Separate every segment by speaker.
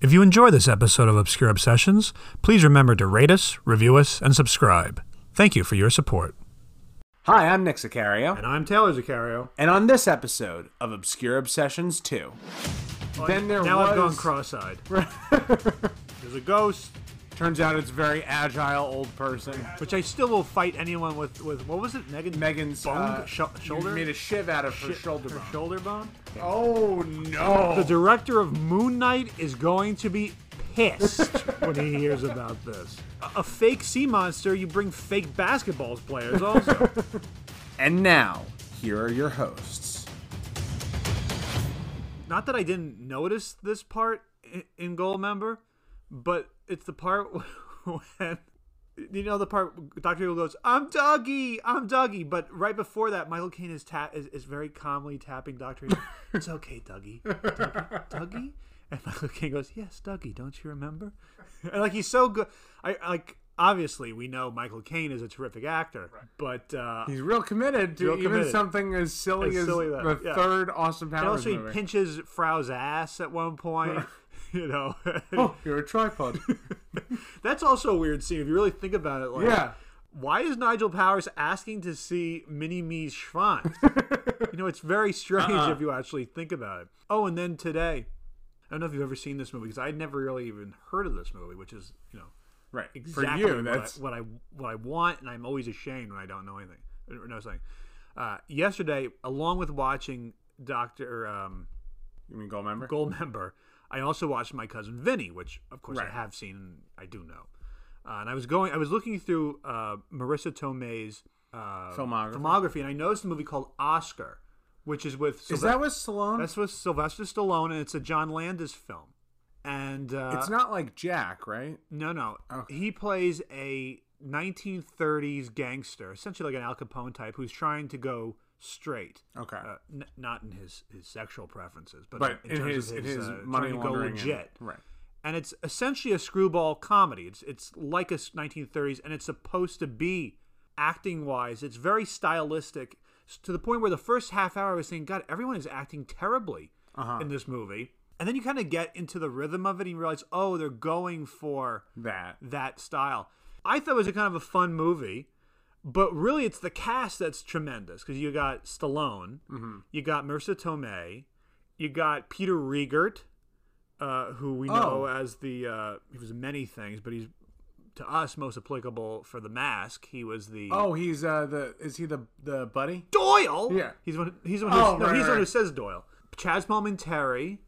Speaker 1: If you enjoy this episode of Obscure Obsessions, please remember to rate us, review us, and subscribe. Thank you for your support.
Speaker 2: Hi, I'm Nick Sicario,
Speaker 1: And I'm Taylor Zaccario.
Speaker 2: and on this episode of Obscure Obsessions 2, Then there
Speaker 1: now I've gone
Speaker 2: was-
Speaker 1: cross-eyed. There's a ghost,
Speaker 2: turns out it's very agile old person.
Speaker 1: which I still will fight anyone with. With what was it, Megan?
Speaker 2: Megan's
Speaker 1: bung
Speaker 2: uh,
Speaker 1: sho- shoulder.
Speaker 2: made a shiv out of her
Speaker 1: Shi-
Speaker 2: shoulder bone.
Speaker 1: shoulder bone.
Speaker 2: Oh
Speaker 1: The
Speaker 2: no!
Speaker 1: director of Moon Knight is going to be pissed when he hears about this. A, a fake sea monster. You bring fake basketball players also.
Speaker 2: And now, here are your hosts.
Speaker 1: Not that I didn't notice this part i- in Goal Member, but it's the part when you know the part Doctor Evil goes, "I'm Dougie, I'm Dougie," but right before that, Michael Caine is tap is, is very calmly tapping Doctor Evil. it's okay, Dougie, Dougie, Dougie, and Michael Caine goes, "Yes, Dougie, don't you remember?" And like he's so good, I I- like. Obviously, we know Michael Caine is a terrific actor, but uh,
Speaker 2: He's real committed to
Speaker 1: Real
Speaker 2: even
Speaker 1: committed.
Speaker 2: something as silly as,
Speaker 1: As silly that-
Speaker 2: the
Speaker 1: yeah.
Speaker 2: third Austin
Speaker 1: and
Speaker 2: Powers
Speaker 1: also he
Speaker 2: movie.
Speaker 1: pinches Frau's ass at one point. you know,
Speaker 2: oh, you're a tripod.
Speaker 1: That's also a weird scene if you really think about it. Like,
Speaker 2: yeah.
Speaker 1: Why is Nigel Powers asking to see Mini Me's Schwanz? you know, it's very strange if you actually think about it. Oh, and then today, I don't know if you've ever seen this movie because I'd never really even heard of this movie, which is you know
Speaker 2: Right.
Speaker 1: exactly
Speaker 2: For you,
Speaker 1: what,
Speaker 2: that's
Speaker 1: I, what I what I want, and I'm always ashamed when I don't know anything. Or No, something. Uh, yesterday, along with watching Doctor um,
Speaker 2: you mean gold member?
Speaker 1: Gold member. I also watched my cousin Vinny, which of course I
Speaker 2: Right.
Speaker 1: have seen. and I do know. Uh, and I was going. I was looking through uh, Marissa Tomei's uh,
Speaker 2: Filmography.
Speaker 1: filmography, and I noticed a movie called Oscar, which is with
Speaker 2: Is
Speaker 1: Sylve-
Speaker 2: that with Stallone?
Speaker 1: that's with Sylvester Stallone, and it's a John Landis film. And uh,
Speaker 2: it's not like Jack, right?
Speaker 1: no, no,
Speaker 2: Oh.
Speaker 1: he plays a 1930s gangster, essentially like an Al Capone type, who's trying to go straight
Speaker 2: Okay.
Speaker 1: uh, n- not in his, his sexual preferences, but,
Speaker 2: but
Speaker 1: in,
Speaker 2: in,
Speaker 1: terms
Speaker 2: his,
Speaker 1: of
Speaker 2: in
Speaker 1: his,
Speaker 2: his
Speaker 1: uh,
Speaker 2: money
Speaker 1: trying to go
Speaker 2: laundering, and-
Speaker 1: legit.
Speaker 2: right?
Speaker 1: And it's essentially a screwball comedy. It's it's like a s- 1930s, and it's supposed to be acting wise. It's very stylistic s- to the point where the first half hour I was thinking, God, everyone is acting terribly
Speaker 2: Uh-huh.
Speaker 1: in this movie. And then you kind of get into the rhythm of it, and you realize, oh, they're going for
Speaker 2: That
Speaker 1: that style. I thought it was a kind of a fun movie, but really it's the cast that's tremendous because you got Stallone,
Speaker 2: Mm-hmm.
Speaker 1: you got Marissa Tomei, you got Peter Riegert, uh, who we know
Speaker 2: Oh.
Speaker 1: as the uh, he was many things, but he's to us most applicable for the mask. He was the
Speaker 2: Oh, he's uh the is he the the buddy?
Speaker 1: Doyle.
Speaker 2: Yeah.
Speaker 1: he's one. He's the one. Who,
Speaker 2: Oh,
Speaker 1: no,
Speaker 2: right,
Speaker 1: he's the one who
Speaker 2: right.
Speaker 1: says Doyle. Chaz Palminteri Terry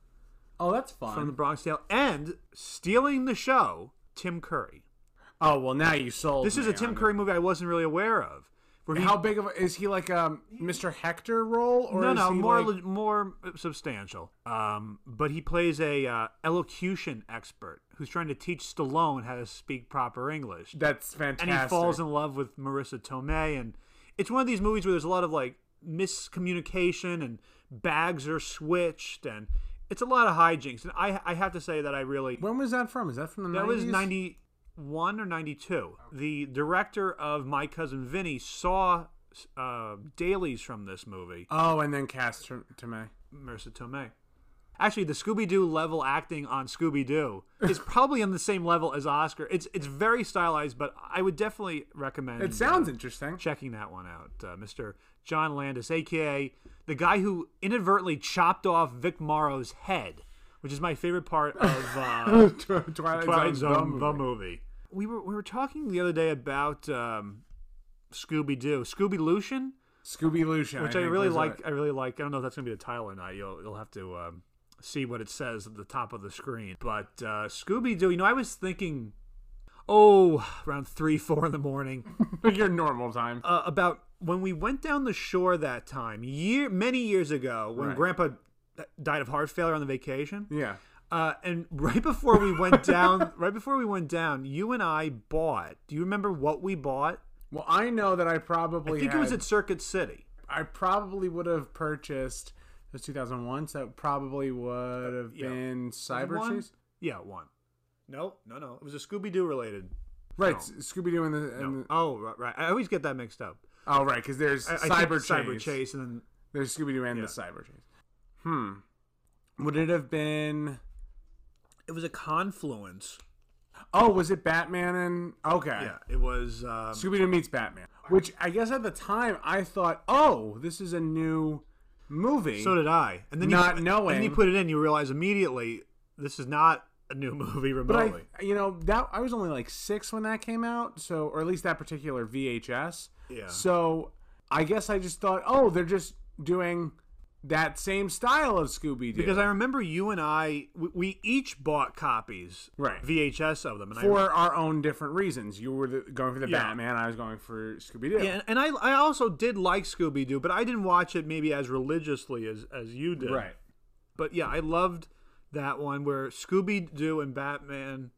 Speaker 2: Oh, that's
Speaker 1: from the
Speaker 2: fun.
Speaker 1: Bronx Tale, and stealing the show, Tim Curry.
Speaker 2: Oh well, now you sold.
Speaker 1: This is
Speaker 2: me
Speaker 1: a Tim
Speaker 2: on
Speaker 1: Curry movie I wasn't really aware of. Where
Speaker 2: it.
Speaker 1: he
Speaker 2: How big of a, is he like um Mr. Hector role or
Speaker 1: no,
Speaker 2: is
Speaker 1: no,
Speaker 2: he
Speaker 1: more
Speaker 2: like,
Speaker 1: leg- more substantial. Um, but he plays a uh, elocution expert who's trying to teach Stallone how to speak proper English,
Speaker 2: that's
Speaker 1: and
Speaker 2: fantastic.
Speaker 1: he falls in love with Marissa Tomei. And it's one of these movies where there's a lot of like miscommunication and bags are switched, and it's a lot of hijinks. And I I have to say that I really
Speaker 2: When was that from? Is that from the
Speaker 1: that
Speaker 2: 90s?
Speaker 1: was 91 or 92. The director of My Cousin Vinny saw uh, dailies from this movie,
Speaker 2: Oh, and then cast to, to me.
Speaker 1: Marissa Tomei. Actually, the Scooby Doo level acting on Scooby Doo is probably on the same level as Oscar. It's it's very stylized, but I would definitely recommend uh,
Speaker 2: It sounds interesting.
Speaker 1: checking that one out. Uh, Mr. John Landis, aka the guy who inadvertently chopped off Vic Morrow's head, which is my favorite part of. Uh,
Speaker 2: Twilight,
Speaker 1: Twilight
Speaker 2: Zone, the
Speaker 1: Zone, the
Speaker 2: movie.
Speaker 1: movie. We were we were talking the other day about um, Scooby Doo, Scooby Lucian,
Speaker 2: Scooby Lucian,
Speaker 1: which I,
Speaker 2: think
Speaker 1: really
Speaker 2: was
Speaker 1: like.
Speaker 2: it.
Speaker 1: I really like. I don't know if that's gonna be the title or not. You'll you'll have to um, see what it says at the top of the screen. But uh, Scooby Doo, you know, I was thinking, oh, around three four in the morning
Speaker 2: Your normal time.
Speaker 1: uh, about when we went down the shore that time year many years ago when
Speaker 2: Right.
Speaker 1: Grandpa uh, died of heart failure on the vacation.
Speaker 2: yeah.
Speaker 1: Uh, and right before we went down, right before we went down, you and I bought. Do you remember what we bought?
Speaker 2: Well, I know that I probably
Speaker 1: I think
Speaker 2: had,
Speaker 1: it was at Circuit City.
Speaker 2: I probably would have purchased it was 2001, so that probably would have
Speaker 1: Yeah.
Speaker 2: been Cyber
Speaker 1: One?
Speaker 2: Chase.
Speaker 1: Yeah, one. No, no, no. It was a Scooby Doo related.
Speaker 2: Right, Scooby Doo and the. And
Speaker 1: No.
Speaker 2: the
Speaker 1: Oh, right, right. I always get that mixed up.
Speaker 2: oh, right, because there's
Speaker 1: I, I think
Speaker 2: Cyber, Chase.
Speaker 1: Cyber Chase, and then
Speaker 2: There's Scooby Doo and
Speaker 1: Yeah.
Speaker 2: the Cyber Chase. Hmm. Would it have been.
Speaker 1: it was a confluence.
Speaker 2: Oh, was it Batman and okay?
Speaker 1: Yeah, it was. Um,
Speaker 2: Scooby Doo meets Batman, which I guess at the time I thought, oh, this is a new movie.
Speaker 1: so did I. And then
Speaker 2: Not
Speaker 1: you,
Speaker 2: knowing.
Speaker 1: and you put it in, you realize immediately this is not a new movie
Speaker 2: but
Speaker 1: remotely.
Speaker 2: I, you know, that I was only like six when that came out, so or at least that particular VHS.
Speaker 1: Yeah.
Speaker 2: So I guess I just thought, oh, they're just doing that same style of Scooby Doo
Speaker 1: because I remember you and I, we, we each bought copies,
Speaker 2: Right.
Speaker 1: VHS of them, and I,
Speaker 2: for our own different reasons. You were the, going for the
Speaker 1: Yeah.
Speaker 2: Batman, I was going for Scooby Doo.
Speaker 1: Yeah, and- and I, I also did like Scooby Doo, but I didn't watch it maybe as religiously as, as you did.
Speaker 2: Right.
Speaker 1: But yeah, I loved that one where Scooby Doo and Batman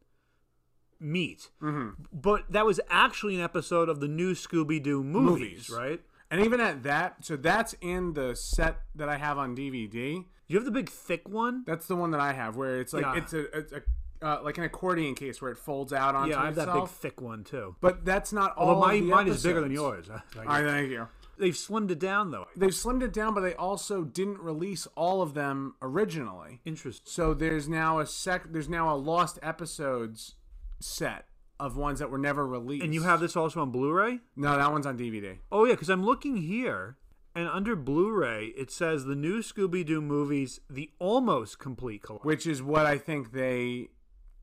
Speaker 1: meet. Mm-hmm. But that was actually an episode of the new Scooby Doo movies,
Speaker 2: Movies.
Speaker 1: right?
Speaker 2: And even at that, so that's in the set that I have on DVD.
Speaker 1: You have the big thick one.
Speaker 2: That's the one that I have, where it's like
Speaker 1: Yeah.
Speaker 2: it's a, it's a uh, like an accordion case where it folds out onto
Speaker 1: Yeah, I have that big
Speaker 2: itself.
Speaker 1: thick one too.
Speaker 2: but that's not all.
Speaker 1: Although
Speaker 2: of
Speaker 1: my
Speaker 2: the
Speaker 1: mine is bigger than
Speaker 2: episodes.
Speaker 1: yours.
Speaker 2: I thank you.
Speaker 1: They've slimmed it down though.
Speaker 2: They've slimmed it down, but they also didn't release all of them originally.
Speaker 1: Interesting.
Speaker 2: So there's now a sec. There's now a lost episodes set of ones that were never released.
Speaker 1: And you have this also on Blu-ray.
Speaker 2: no, that one's on DVD.
Speaker 1: Oh yeah, because I'm looking here, and under Blu-ray it says the new Scooby-Doo movies, the almost complete collection.
Speaker 2: which is what I think they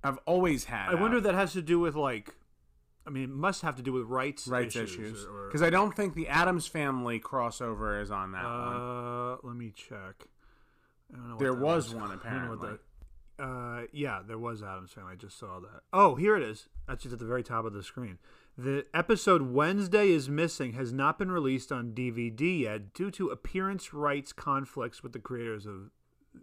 Speaker 2: have always had.
Speaker 1: I wonder
Speaker 2: out.
Speaker 1: if that has to do with like, I mean, it must have to do with rights
Speaker 2: rights
Speaker 1: issues.
Speaker 2: issues
Speaker 1: or-
Speaker 2: because I don't think the Adams Family crossover is on that one.
Speaker 1: uh, let me check. I don't know. what
Speaker 2: There
Speaker 1: that
Speaker 2: was one
Speaker 1: I don't know what
Speaker 2: apparently.
Speaker 1: that- uh, yeah, there was Adam's Family. I just saw that. Oh, here it is. That's just at the very top of the screen. The episode Wednesday is missing has not been released on DVD yet due to appearance rights conflicts with the creators of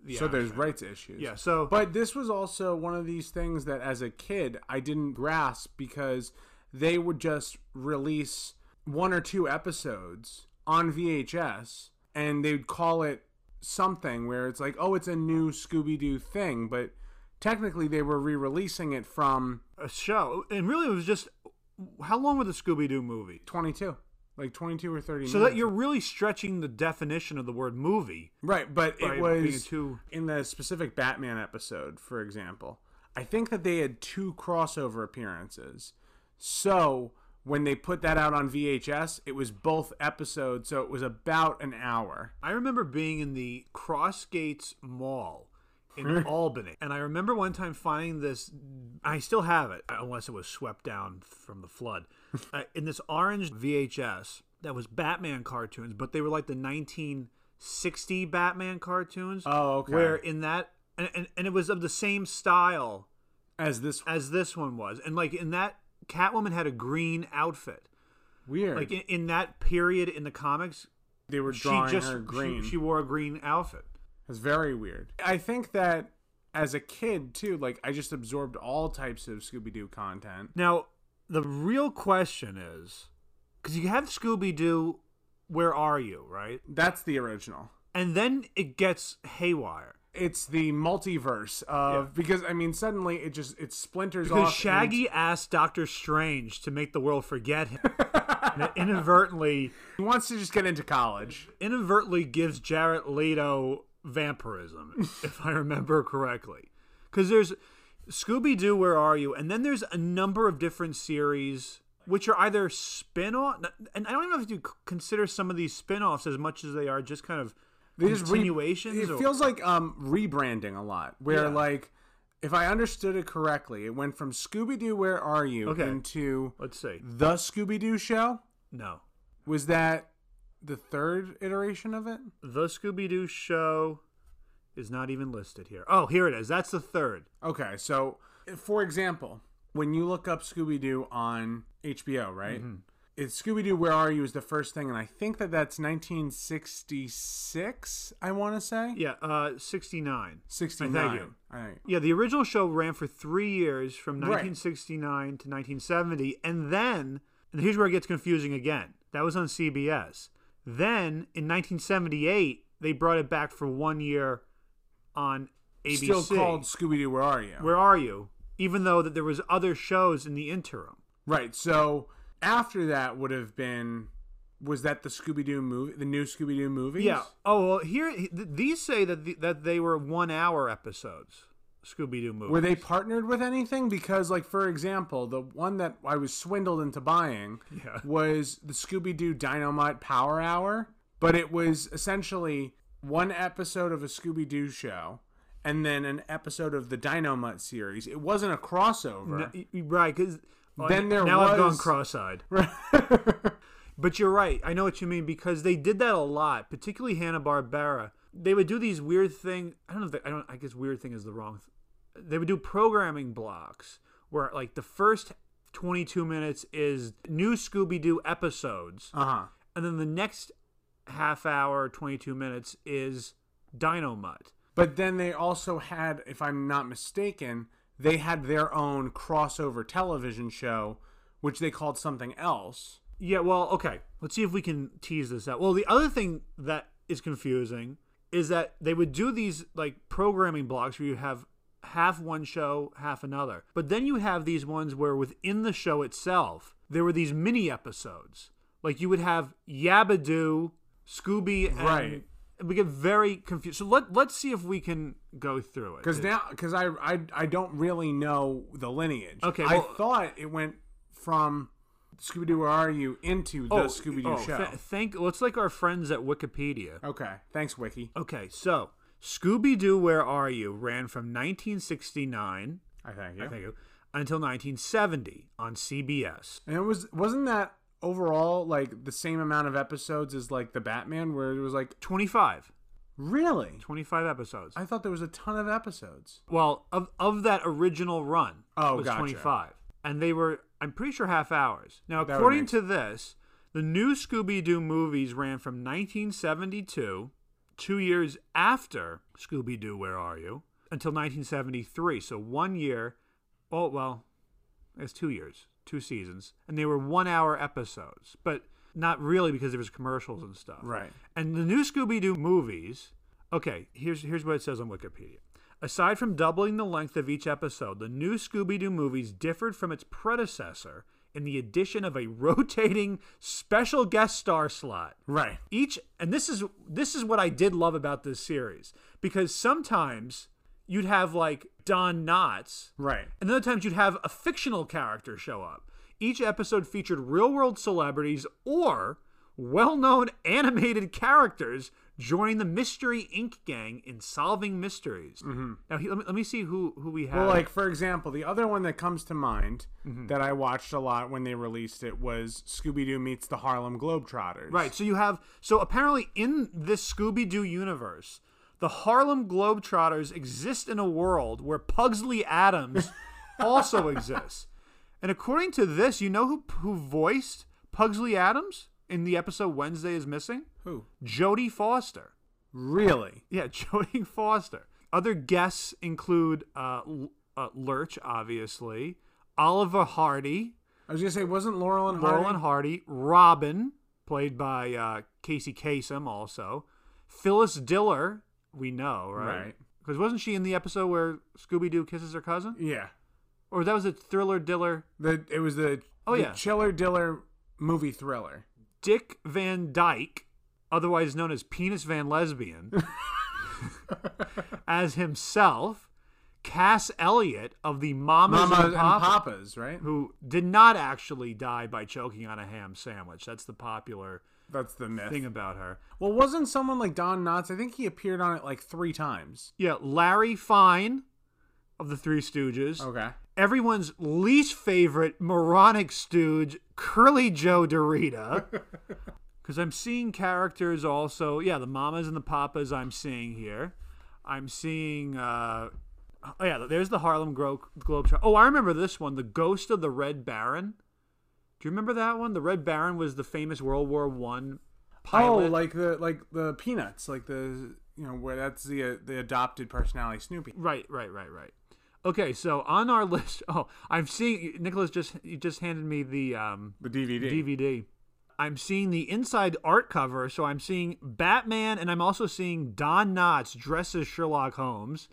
Speaker 1: the.
Speaker 2: so
Speaker 1: Addams
Speaker 2: there's
Speaker 1: Family.
Speaker 2: rights issues.
Speaker 1: Yeah, so
Speaker 2: But this was also one of these things that as a kid I didn't grasp because they would just release one or two episodes on VHS and they'd call it something where it's like, oh, it's a new Scooby Doo thing. But technically they were re releasing it from
Speaker 1: a show, and really it was just how long were the Scooby Doo movies?
Speaker 2: 22, like 22 or 30
Speaker 1: So
Speaker 2: minutes.
Speaker 1: that you're really stretching the definition of the word movie.
Speaker 2: Right, but
Speaker 1: by
Speaker 2: it
Speaker 1: being
Speaker 2: was
Speaker 1: too-
Speaker 2: in the specific Batman episode, for example. I think that they had two crossover appearances. So when they put that out on VHS, it was both episodes, so it was about an hour.
Speaker 1: I remember being in the Crossgates Mall
Speaker 2: Hmm.
Speaker 1: in Albany, and I remember one time finding this. I still have it, unless it was swept down from the flood. uh, in this orange VHS that was Batman cartoons, but they were like the 1960 Batman cartoons.
Speaker 2: Oh, okay.
Speaker 1: Where in that, and, and, and it was of the same style
Speaker 2: As this
Speaker 1: as this one was, and like in that, Catwoman had a green outfit.
Speaker 2: weird,
Speaker 1: Like in, in that period in the comics,
Speaker 2: they were
Speaker 1: she
Speaker 2: drawing
Speaker 1: just
Speaker 2: her green.
Speaker 1: She, she wore a green outfit.
Speaker 2: It's very weird. I think that as a kid too, like I just absorbed all types of Scooby Doo content.
Speaker 1: Now, the real question is because you have Scooby Doo, Where Are You, right?
Speaker 2: That's the original.
Speaker 1: And then it gets haywire.
Speaker 2: it's the multiverse of
Speaker 1: Yeah.
Speaker 2: because I mean suddenly it just it splinters
Speaker 1: Because
Speaker 2: off.
Speaker 1: Shaggy asked Doctor Strange to make the world forget him. and it inadvertently,
Speaker 2: and he wants to just get into college.
Speaker 1: inadvertently gives Jarrett Leto vampirism, if I remember correctly. Because there's Scooby Doo, Where Are You? And then there's a number of different series. Which are either spin off, and I don't even know if you c- consider some of these spin offs as much as they are just kind of
Speaker 2: They just re-
Speaker 1: Continuations
Speaker 2: it
Speaker 1: or-
Speaker 2: feels like um rebranding a lot. Where
Speaker 1: Yeah.
Speaker 2: like if I understood it correctly, it went from Scooby Doo Where Are You
Speaker 1: Okay.
Speaker 2: into
Speaker 1: Let's see.
Speaker 2: the Scooby Doo Show.
Speaker 1: No.
Speaker 2: Was that the third iteration of it?
Speaker 1: The Scooby Doo show is not even listed here. Oh, here it is. That's the third.
Speaker 2: Okay, so for example, when you look up Scooby Doo on HBO, right?
Speaker 1: Mm-hmm.
Speaker 2: It's Scooby Doo, Where Are You is the first thing, and I think that that's 1966, I want to say.
Speaker 1: Yeah, uh 69.
Speaker 2: 69.
Speaker 1: Thank you.
Speaker 2: All right.
Speaker 1: Yeah, the original show ran for 3 years from
Speaker 2: Right.
Speaker 1: 1969 to 1970 and then and here's where it gets confusing again. That was on CBS. Then in 1978, they brought it back for 1 year on ABC.
Speaker 2: Still called Scooby Doo, Where Are You?
Speaker 1: Where Are You? Even though that there was other shows in the interim.
Speaker 2: right, so after that would have been. Was that the Scooby Doo movie? The new Scooby Doo movies?
Speaker 1: Yeah. Oh well, here th- these say that the, that they were one hour episodes. Scooby Doo movies.
Speaker 2: Were they partnered with anything? Because, like, for example, the one that I was swindled into buying
Speaker 1: Yeah.
Speaker 2: was the Scooby Doo Dynamite Power Hour, but it was essentially one episode of a Scooby Doo show and then an episode of the Dynamite series. It wasn't a crossover.
Speaker 1: N- right? Because
Speaker 2: Then there
Speaker 1: now I've gone
Speaker 2: was-
Speaker 1: cross-eyed. But you're right. I know what you mean because they did that a lot, particularly Hanna Barbera. They would do these weird thing. I don't know. If they, I don't. I guess weird thing is the wrong. Th- they would do programming blocks where like the first 22 minutes is new Scooby Doo episodes,
Speaker 2: uh huh.
Speaker 1: and then the next half hour, 22 minutes is Dino Mutt.
Speaker 2: But then they also had, if I'm not mistaken, they had their own crossover television show, which they called something else.
Speaker 1: Yeah, well, okay. Let's see if we can tease this out. Well, the other thing that is confusing is that they would do these like programming blocks where you have half one show, half another. But then you have these ones where within the show itself, there were these mini episodes. Like you would have Yabadoo, Scooby, and
Speaker 2: Right.
Speaker 1: and we get very confused. So let let's see if we can go through it.
Speaker 2: Because now, because I, I I don't really know the lineage.
Speaker 1: Okay,
Speaker 2: I
Speaker 1: well-
Speaker 2: thought it went from Scooby Doo, where are you, into the Scooby Doo
Speaker 1: oh,
Speaker 2: show.
Speaker 1: th- thank. Let's like our friends at Wikipedia.
Speaker 2: okay, thanks, Wiki.
Speaker 1: Okay, so Scooby Doo, Where Are You ran from 1969
Speaker 2: I thank you.
Speaker 1: thank you, until 1970 on CBS.
Speaker 2: And it was wasn't that overall like the same amount of episodes as like the Batman, where it was like
Speaker 1: 25.
Speaker 2: really.
Speaker 1: 25 episodes.
Speaker 2: I thought there was a ton of episodes.
Speaker 1: Well, of, of that original run
Speaker 2: Oh,
Speaker 1: was
Speaker 2: gotcha.
Speaker 1: 25. And they were, I'm pretty sure, half hours. Now,
Speaker 2: That would
Speaker 1: according
Speaker 2: make-
Speaker 1: to this, the new Scooby Doo movies ran from 1972, two years after Scooby Doo, Where Are You, until 1973. So one year, oh, well, it's two years, two seasons. And they were one hour episodes, but not really because there was commercials and stuff.
Speaker 2: Right.
Speaker 1: And the new Scooby Doo movies. Okay, here's here's what it says on Wikipedia. Aside from doubling the length of each episode, the new Scooby Doo movies differed from its predecessor in the addition of a rotating special guest star slot.
Speaker 2: Right.
Speaker 1: Each and this is this is what I did love about this series because sometimes you'd have like Don Knotts
Speaker 2: Right.
Speaker 1: and other times you'd have a fictional character show up. Each episode featured real world celebrities or well known animated characters joining the Mystery Inc. gang in solving mysteries. Mm-hmm. Now, he, let, me, let me see who, who we have.
Speaker 2: Well, like for example, the other one that comes to mind
Speaker 1: Mm-hmm.
Speaker 2: that I watched a lot when they released it was Scooby Doo meets the Harlem Globetrotters.
Speaker 1: right, so you have. So apparently, in this Scooby Doo universe, the Harlem Globetrotters exist in a world where Pugsley Adams also exists. And according to this, you know who, who voiced Pugsley Adams in the episode Wednesday is Missing?
Speaker 2: Who?
Speaker 1: Jodie Foster.
Speaker 2: Really?
Speaker 1: Yeah, Jodie Foster. Other guests include uh, L- uh, Lurch, obviously, Oliver Hardy,
Speaker 2: I was gonna say, wasn't Laurel and Hardy?
Speaker 1: Laurel and Hardy, Robin, played by uh, Casey Kasem, also, Phyllis Diller, we know, right?
Speaker 2: Right.
Speaker 1: Because wasn't she in the episode where Scooby Doo kisses her cousin?
Speaker 2: Yeah.
Speaker 1: Or that was a Thriller Diller?
Speaker 2: The it was the
Speaker 1: Oh,
Speaker 2: the
Speaker 1: yeah.
Speaker 2: Chiller Diller movie thriller.
Speaker 1: Dick Van Dyke, otherwise known as Penis Van Lesbian, as himself, Cass Elliot of the Mamas,
Speaker 2: Mama
Speaker 1: and
Speaker 2: and
Speaker 1: Papas,
Speaker 2: Papa's, right?
Speaker 1: who did not actually die by choking on a ham sandwich. That's the popular
Speaker 2: That's the myth.
Speaker 1: thing about her.
Speaker 2: Well, wasn't someone like Don Knotts? I think he appeared on it like three times.
Speaker 1: Yeah, Larry Fine of the Three Stooges.
Speaker 2: Okay.
Speaker 1: Everyone's least favorite moronic stooge, Curly Joe Dorita. Because I'm seeing characters also. Yeah, the mamas and the papas I'm seeing here. I'm seeing. Uh, oh, yeah, there's the Harlem Gro- Globetrotter. Oh, I remember this one The Ghost of the Red Baron. Do you remember that one? The Red Baron was the famous World War One pilot.
Speaker 2: Oh, like the like the peanuts, like the you know where that's the uh, the adopted personality Snoopy.
Speaker 1: Right, right, right, right. Okay, so on our list, oh, I'm seeing Nicholas just you just handed me the um,
Speaker 2: The DVD.
Speaker 1: DVD. I'm seeing the inside art cover, so I'm seeing Batman, and I'm also seeing Don Knotts dressed as Sherlock Holmes.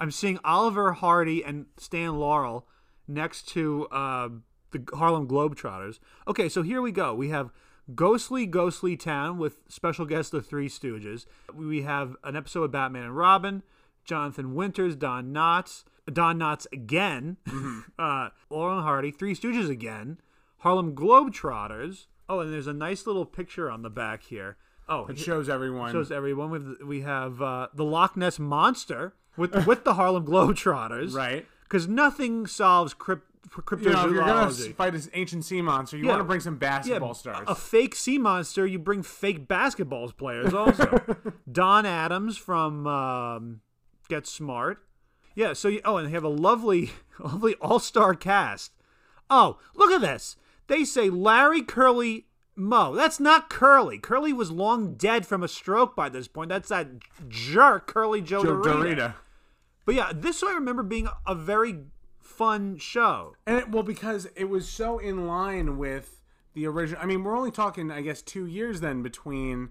Speaker 1: I'm seeing Oliver Hardy and Stan Laurel next to uh, the Harlem Globetrotters. Okay, so here we go. We have Ghostly Ghostly Town with special guest the Three Stooges. We have an episode of Batman and Robin, Jonathan Winters, Don Knotts, Don Knotts again, uh, Laurel and Hardy, Three Stooges again, Harlem Globetrotters. Oh, and there's a nice little picture on the back here. Oh,
Speaker 2: It shows everyone.
Speaker 1: shows everyone. We've, we have uh, the Loch Ness Monster with with the Harlem Globetrotters,
Speaker 2: Right.
Speaker 1: Because nothing solves crypt,
Speaker 2: you know, if you're gonna s-
Speaker 1: cryptozoology.
Speaker 2: fight this ancient sea monster, you
Speaker 1: Yeah.
Speaker 2: want to bring some basketball stars.
Speaker 1: a fake sea monster, you bring fake basketballs players also. Don Adams from um, Get Smart. Yeah, so you, oh, and they have a lovely, lovely all-star cast. Oh, look at this. They say Larry Curly Moe. That's not Curly. Curly was long dead from a stroke by this point. That's that jerk Curly Joe,
Speaker 2: Joe
Speaker 1: Dorita.
Speaker 2: Dorita.
Speaker 1: But yeah, this I remember being a very fun show.
Speaker 2: And it, well, because it was so in line with the original. I mean, we're only talking, I guess, two years then between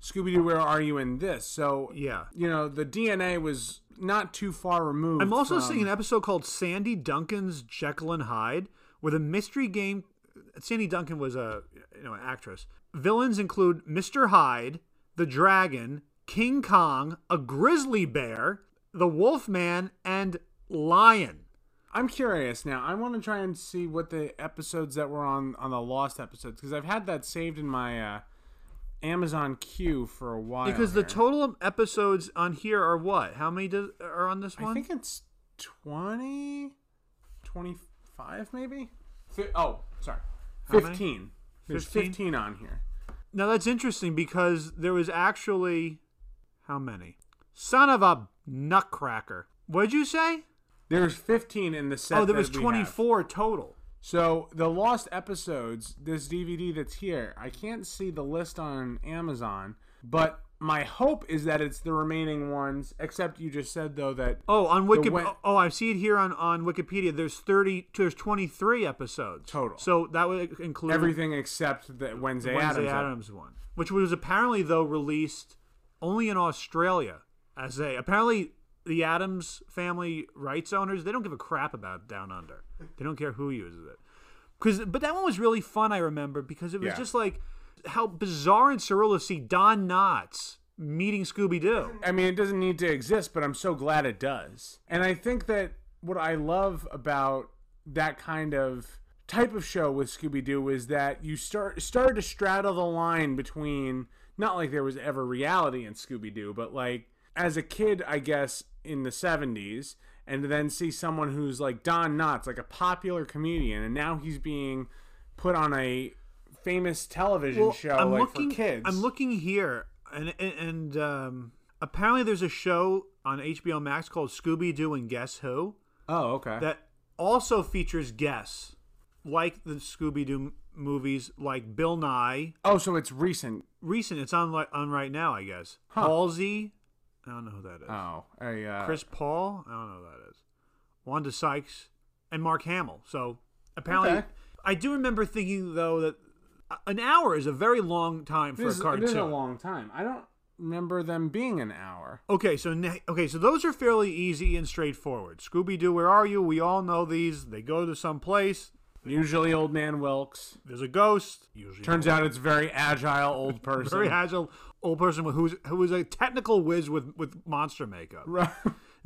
Speaker 2: Scooby Doo, Where Are You, and this. So
Speaker 1: Yeah.
Speaker 2: you know, the DNA was not too far removed.
Speaker 1: I'm also
Speaker 2: from-
Speaker 1: seeing an episode called Sandy Duncan's Jekyll and Hyde, where the mystery game. Sandy Duncan was a you know an actress. Villains include Mr. Hyde, the Dragon, King Kong, a grizzly bear, the Wolfman, and Lion.
Speaker 2: I'm curious now. I want to try and see what the episodes that were on on the lost episodes because I've had that saved in my uh, Amazon queue for a while.
Speaker 1: Because the
Speaker 2: here.
Speaker 1: total of episodes on here are what? How many does, are on this one?
Speaker 2: I think it's 20, 25 maybe. Fi- oh, sorry,
Speaker 1: How many?
Speaker 2: fifteen. There's
Speaker 1: 15?
Speaker 2: fifteen on here.
Speaker 1: Now that's interesting because there was actually how many? Son of a nutcracker. What'd you say?
Speaker 2: There's fifteen in the set.
Speaker 1: oh, there
Speaker 2: that
Speaker 1: was
Speaker 2: we have.
Speaker 1: 24 total.
Speaker 2: So the lost episodes, this DVD that's here, I can't see the list on Amazon, but my hope is that it's the remaining ones. Except you just said though that
Speaker 1: Oh, on Wikipedia.
Speaker 2: wen-
Speaker 1: oh, I see it here on, on Wikipedia. There's 30 there's 23 episodes
Speaker 2: Total.
Speaker 1: So that would include
Speaker 2: everything except the Wednesday,
Speaker 1: Wednesday
Speaker 2: Addams.
Speaker 1: Adams, one, which was apparently though released only in Australia as a apparently the Adams family rights owners they don't give a crap about Down Under. They don't care who uses it. Cause, but that one was really fun. I remember because it was
Speaker 2: Yeah.
Speaker 1: just like how bizarre and surreal to see Don Knotts meeting Scooby Doo.
Speaker 2: I mean, it doesn't need to exist, but I'm so glad it does. And I think that what I love about that kind of type of show with Scooby Doo is that you start started to straddle the line between not like there was ever reality in Scooby Doo, but like as a kid, I guess in the 70s, and then see someone who's like Don Knotts, like a popular comedian, and now he's being put on a famous television show like
Speaker 1: looking,
Speaker 2: for kids.
Speaker 1: I'm looking here, and and, and um, apparently there's a show on HBO Max called Scooby Doo and Guess Who.
Speaker 2: Oh, okay.
Speaker 1: that also features guests like the Scooby Doo movies, like Bill Nye.
Speaker 2: oh, so it's recent.
Speaker 1: Recent, it's on li- on right now, I guess. Halsey, I don't know who that is.
Speaker 2: Oh, a uh,
Speaker 1: Chris Paul, I don't know who that is. Wanda Sykes and Mark Hamill. So apparently,
Speaker 2: Okay.
Speaker 1: I do remember thinking though that uh, an hour is a very long time for
Speaker 2: this,
Speaker 1: a
Speaker 2: is-
Speaker 1: cartoon.
Speaker 2: This is a long time. I don't remember them being an hour.
Speaker 1: Okay, so ne- okay, so those are fairly easy and straightforward. Scooby Doo, where are you? We all know these. They go to some place.
Speaker 2: Usually, old man Wilkes.
Speaker 1: There's a ghost. Usually,
Speaker 2: Turns out it's very agile old person.
Speaker 1: very agile old person who's who is a technical whiz with with monster makeup.
Speaker 2: Right.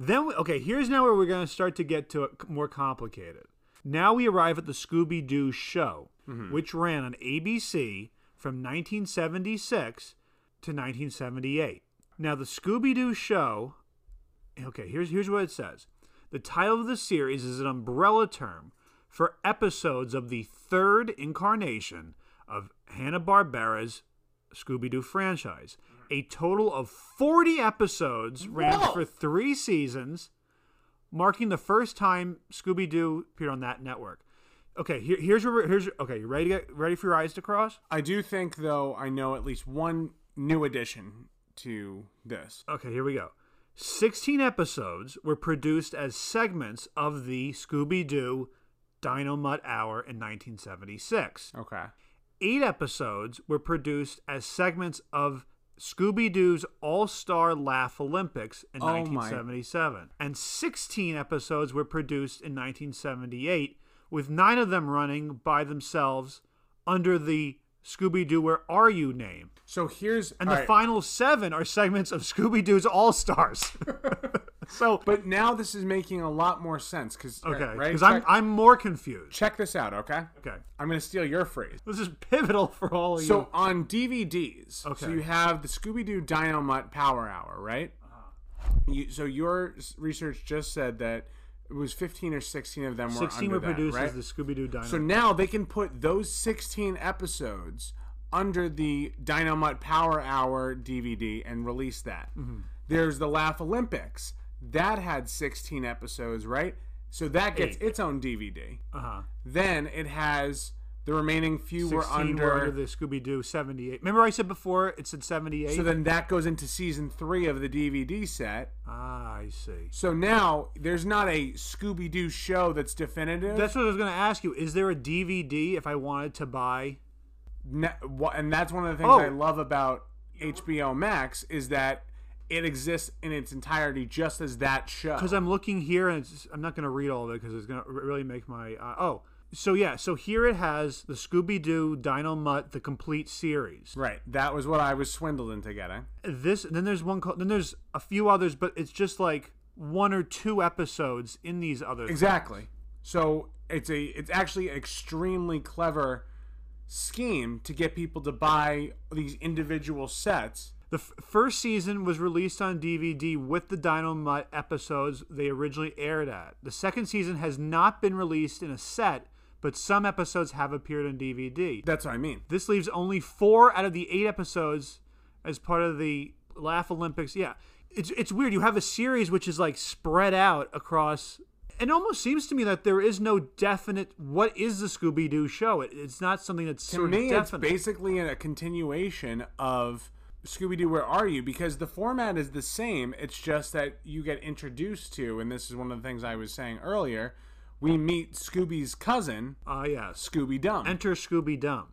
Speaker 1: Then we, okay, here's now where we're going to start to get to it more complicated. Now we arrive at the Scooby Doo show, which ran on ABC from 1976 to 1978. Now the Scooby Doo show Okay, here's here's what it says. The title of the series is an umbrella term for episodes of the third incarnation of Hanna-Barbera's Scooby-Doo franchise. A total of 40 episodes ran
Speaker 2: Whoa!
Speaker 1: for 3 seasons, marking the first time Scooby-Doo appeared on that network. Okay, here, here's your here's your, okay, you ready to get, ready for your eyes to cross?
Speaker 2: I do think, though, I know at least one new addition to this.
Speaker 1: Okay, here we go. 16 episodes were produced as segments of the Scooby Doo Dino Mutt Hour in 1976.
Speaker 2: Okay.
Speaker 1: Eight episodes were produced as segments of Scooby Doo's All Star Laugh Olympics in
Speaker 2: Oh my.
Speaker 1: 1977. And 16 episodes were produced in 1978, with nine of them running by themselves under the Scooby Doo Where Are You name.
Speaker 2: So here's
Speaker 1: And
Speaker 2: all
Speaker 1: the
Speaker 2: right.
Speaker 1: final seven are segments of Scooby Doo's All Stars. So
Speaker 2: But now this is making a lot more sense because
Speaker 1: okay,
Speaker 2: right?
Speaker 1: because I'm
Speaker 2: Check-
Speaker 1: I'm more confused.
Speaker 2: check this out, okay?
Speaker 1: Okay,
Speaker 2: I'm gonna steal your phrase.
Speaker 1: this is pivotal for all of
Speaker 2: So on DVDs, so
Speaker 1: Okay.
Speaker 2: you have the Scooby Doo Dino Mutt Power Hour, right?
Speaker 1: Uh-huh.
Speaker 2: You, so your s- research just said that it was 15 or 16 of them
Speaker 1: you.
Speaker 2: were
Speaker 1: Sixteen
Speaker 2: under that,
Speaker 1: reproduces
Speaker 2: right?
Speaker 1: the Scooby Doo Dino.
Speaker 2: So now they can put those 16 episodes under the Dynamite Power Hour DVD and release that.
Speaker 1: Mm-hmm.
Speaker 2: There's the Laugh Olympics. That had 16 episodes, right? So that gets
Speaker 1: Eight.
Speaker 2: its own DVD.
Speaker 1: uh-huh.
Speaker 2: Then it has the remaining few were
Speaker 1: 16
Speaker 2: under,
Speaker 1: were under the Scooby Doo seventy eight. Remember I said before it said seventy eight.
Speaker 2: So then that goes into season 3 of the DVD set.
Speaker 1: ah, I see.
Speaker 2: So now there's not a Scooby Doo show that's definitive.
Speaker 1: That's what I was going to ask you. Is there a DVD if I wanted to buy?
Speaker 2: ne- wha- and that's one of the things
Speaker 1: Oh.
Speaker 2: I love about HBO Max is that it exists in its entirety just as that show.
Speaker 1: Because I'm looking here and it's, I'm not going to read all of it because it's going to really make my. Uh, oh, so yeah, so here it has the Scooby Doo Dino Mutt, the complete series.
Speaker 2: Right, that was what I was swindled into getting.
Speaker 1: This then there's one called then there's a few others, but it's just like one or two episodes in these other.
Speaker 2: Exactly. So it's a it's actually an extremely clever scheme to get people to buy these individual sets.
Speaker 1: The f- first season was released on DVD with the Dino Mutt episodes they originally aired at. The second season has not been released in a set, but some episodes have appeared on DVD.
Speaker 2: That's what I mean.
Speaker 1: This leaves only four out of the eight episodes as part of the Laugh Olympics. Yeah, it's it's weird. You have a series which is like spread out across. It almost seems to me that there is no definite. What is the Scooby Doo show? It, it's not something that's
Speaker 2: To
Speaker 1: sort of
Speaker 2: me, it's
Speaker 1: definite.
Speaker 2: basically a continuation of Scooby Doo, Where Are You? Because the format is the same. It's just that you get introduced to, and this is one of the things I was saying earlier. We meet Scooby's cousin,
Speaker 1: Ah, yes.
Speaker 2: Scooby Dum,
Speaker 1: Enter Scooby Dum.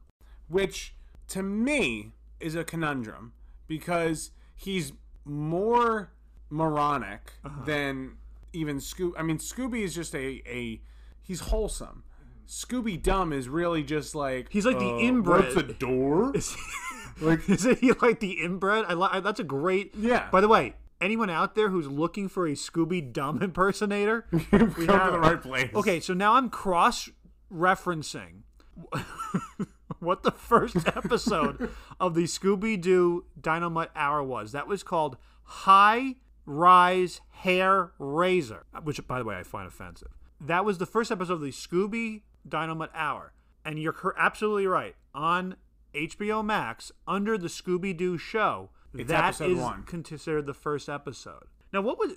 Speaker 2: which to me is a conundrum because he's more moronic
Speaker 1: Uh-huh.
Speaker 2: than even Scooby. I mean, Scooby is just a, a he's wholesome. Scooby Dum is really just like
Speaker 1: He's like the
Speaker 2: uh,
Speaker 1: inbred.
Speaker 2: What's a door?
Speaker 1: Like, is it he like the inbred? I, li- I that's a great.
Speaker 2: Yeah.
Speaker 1: By the way, anyone out there who's looking for a Scooby Dumb impersonator,
Speaker 2: we come
Speaker 1: have
Speaker 2: to the
Speaker 1: it.
Speaker 2: right place.
Speaker 1: Okay, so now I'm cross referencing what the first episode of the Scooby Doo Dynamite Hour was. That was called High Rise Hair Razor, which, by the way, I find offensive. That was the first episode of the Scooby Dynamite Hour. And you're cor- absolutely right. On HBO Max, under the Scooby Doo show,
Speaker 2: It's
Speaker 1: that
Speaker 2: episode
Speaker 1: is
Speaker 2: one.
Speaker 1: considered the first episode. Now, what was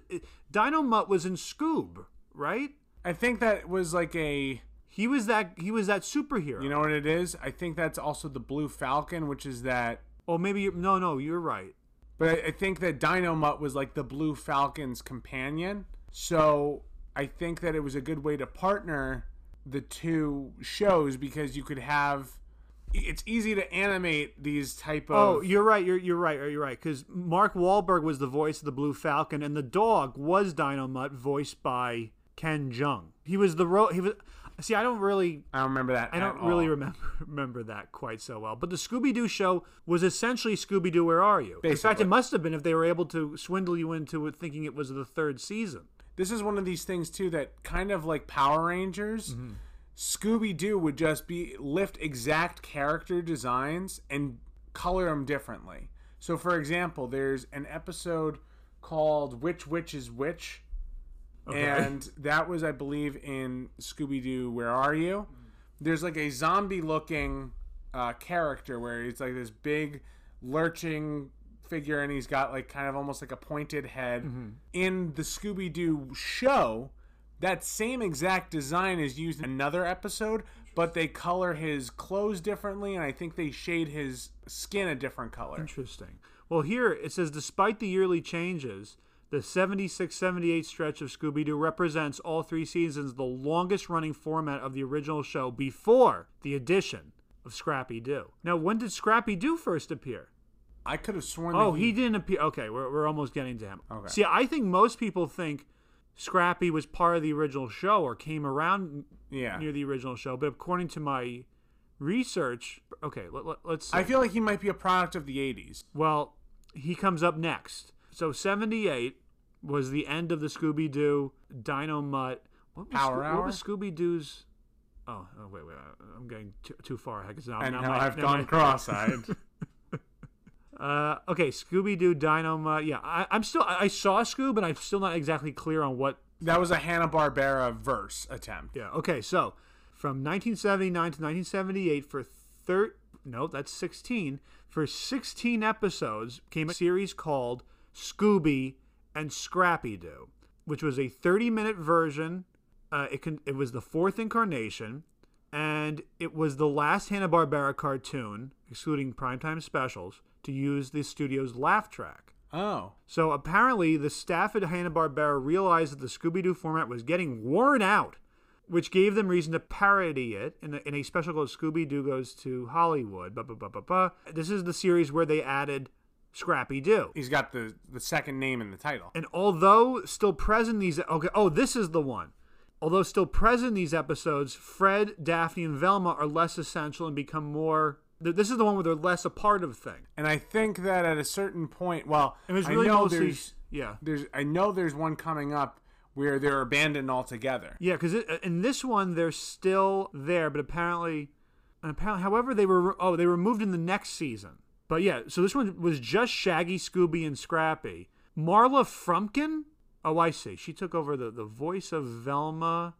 Speaker 1: Dino Mutt was in Scoob, right?
Speaker 2: I think that was like a.
Speaker 1: He was that he was that superhero.
Speaker 2: You know what it is? I think that's also the Blue Falcon, which is that.
Speaker 1: Oh, maybe you no, no, you're right.
Speaker 2: But I, I think that Dino Mutt was like the Blue Falcon's companion. So I think that it was a good way to partner the two shows because you could have. It's easy to animate these type of.
Speaker 1: Oh, you're right. You're you're right. You're right. Because Mark Wahlberg was the voice of the Blue Falcon, and the dog was Dino Mutt, voiced by Ken Jung. He was the ro- he was. See, I don't really
Speaker 2: I don't remember that.
Speaker 1: I don't really remember remember that quite so well. But the Scooby Doo show was essentially Scooby Doo, Where Are You? In fact,
Speaker 2: Basically.
Speaker 1: it must have been if they were able to swindle you into it thinking it was the third season.
Speaker 2: this is one of these things too that kind of like Power Rangers, Scooby Doo would just be lift exact character designs and color them differently. So, for example, there's an episode called "Which Witch Is Which," and that was, I believe, in Scooby Doo. Where are you? There's like a zombie-looking uh, character where he's like this big lurching figure, and he's got like kind of almost like a pointed head. In the Scooby Doo show, that same exact design is used in another episode, but they color his clothes differently, and I think they shade his skin a different color.
Speaker 1: Interesting. Well, here it says despite the yearly changes, the 76 78 stretch of Scooby Doo represents all three seasons the longest running format of the original show before the addition of Scrappy Doo. Now, when did Scrappy Doo first appear?
Speaker 2: I could have sworn.
Speaker 1: Oh,
Speaker 2: that
Speaker 1: he didn't appear. Okay, we're, we're almost getting to him.
Speaker 2: Okay.
Speaker 1: See, I think most people think Scrappy was part of the original show or came around
Speaker 2: yeah.
Speaker 1: near the original show, but according to my research, okay, let, let, let's. see.
Speaker 2: I feel like he might be a product of the '80s.
Speaker 1: Well, he comes up next. So 78 was the end of the Scooby Doo Dino Mutt. What was,
Speaker 2: Power
Speaker 1: Scoo-
Speaker 2: Hour?
Speaker 1: What was Scooby Doo's? Oh, oh, wait, wait, wait, I'm getting too, too far ahead 'cause now,
Speaker 2: And
Speaker 1: now
Speaker 2: now
Speaker 1: my-
Speaker 2: I've
Speaker 1: now
Speaker 2: gone
Speaker 1: my-
Speaker 2: cross-eyed.
Speaker 1: Uh, okay, Scooby Doo Dino Mutt. Yeah, I, I'm still. I, I saw Scoob, and I'm still not exactly clear on what
Speaker 2: that was a Hanna Barbera verse attempt.
Speaker 1: Yeah. Okay. So from 1979 to 1978 for thir no, that's 16 for 16 episodes came a series called Scooby and Scrappy Doo, which was a 30-minute version. Uh, it can it was the fourth incarnation, and it was the last Hanna Barbera cartoon, excluding primetime specials, to use the studio's laugh track.
Speaker 2: Oh,
Speaker 1: So apparently, the staff at Hanna Barbera realized that the Scooby Doo format was getting worn out, which gave them reason to parody it in a, in a special called Scooby Doo Goes to Hollywood. Ba, ba, ba, ba, ba. This is the series where they added Scrappy Doo.
Speaker 2: he's got the the second name in the title.
Speaker 1: And although still present in these okay, oh, this is the one. Although still present in these episodes, Fred, Daphne, and Velma are less essential and become more. th- This is the one where they're less a part of things.
Speaker 2: And I think that at a certain point, well,
Speaker 1: It was
Speaker 2: I
Speaker 1: really
Speaker 2: know
Speaker 1: mostly
Speaker 2: there's
Speaker 1: yeah.
Speaker 2: there's I know there's one coming up where they're abandoned altogether.
Speaker 1: Yeah, because in this one they're still there, but apparently, and apparently, however, they were oh they were moved in the next season. But yeah, so this one was just Shaggy, Scooby, and Scrappy. Marla Frumpkin. Oh, I see. She took over the the voice of Velma.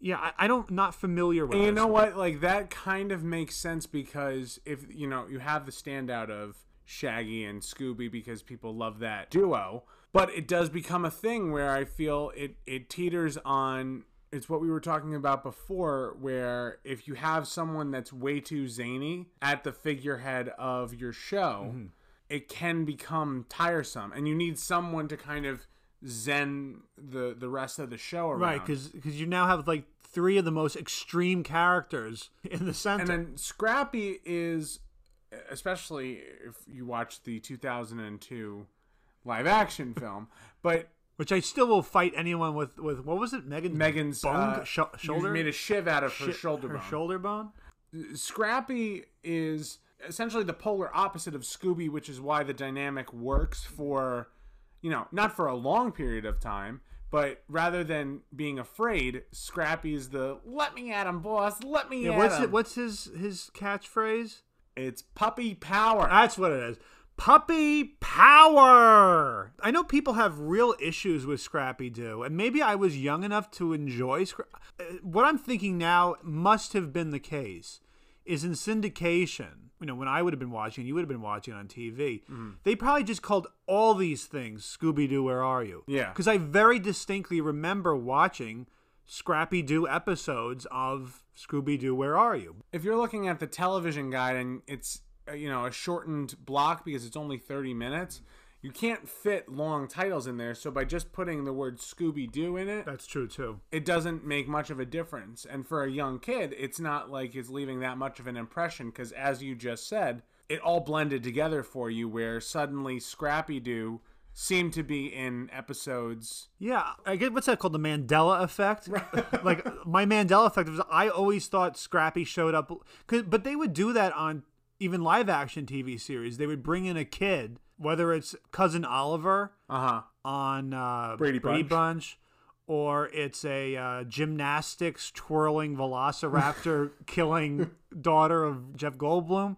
Speaker 1: Yeah, I, I don't not familiar with.
Speaker 2: And you
Speaker 1: this
Speaker 2: know
Speaker 1: one.
Speaker 2: what? Like that kind of makes sense because if you know you have the standout of Shaggy and Scooby because people love that duo, but it does become a thing where I feel it it teeters on. It's what we were talking about before, where if you have someone that's way too zany at the figurehead of your show, it can become tiresome, and you need someone to kind of zen the the rest of the show around.
Speaker 1: Right, because you now have like three of the most extreme characters in the center.
Speaker 2: And then Scrappy is, especially if you watch the 2002 live action film, but
Speaker 1: which I still will fight anyone with. With what was it, Megan?
Speaker 2: Megan's
Speaker 1: bone
Speaker 2: uh,
Speaker 1: Sho- shoulder.
Speaker 2: made a shiv out of her
Speaker 1: Shi-
Speaker 2: shoulder
Speaker 1: Her
Speaker 2: bone.
Speaker 1: shoulder bone.
Speaker 2: Scrappy is essentially the polar opposite of Scooby, which is why the dynamic works for, you know, not for a long period of time, but rather than being afraid, Scrappy is the "Let me at him, boss! Let me
Speaker 1: Yeah,
Speaker 2: at
Speaker 1: what's
Speaker 2: him!"
Speaker 1: it, what's his his catchphrase?
Speaker 2: it's puppy power.
Speaker 1: That's what it is. Puppy power. I know people have real issues with Scrappy Doo, and maybe I was young enough to enjoy. Scra- Uh, what I'm thinking now must have been the case is in syndication. You know, when I would have been watching, you would have been watching on TV. They probably just called all these things Scooby Doo. Where are you?
Speaker 2: Yeah.
Speaker 1: because I very distinctly remember watching Scrappy Doo episodes of Scooby Doo. Where are you?
Speaker 2: if you're looking at the television guide and it's uh, you know a shortened block because it's only 30 minutes you can't fit long titles in there so by just putting the word scooby-doo in it
Speaker 1: That's true too.
Speaker 2: it doesn't make much of a difference and for a young kid it's not like it's leaving that much of an impression because as you just said it all blended together for you where suddenly scrappy-doo seemed to be in episodes
Speaker 1: Yeah, I get what's that called? The Mandela effect. like my Mandela effect was I always thought Scrappy showed up, 'cause- but they would do that on even live action TV series. They would bring in a kid, whether it's cousin Oliver
Speaker 2: uh-huh
Speaker 1: on uh,
Speaker 2: Brady Bunch.
Speaker 1: Bunch, or it's a uh, gymnastics twirling Velociraptor killing daughter of Jeff Goldblum.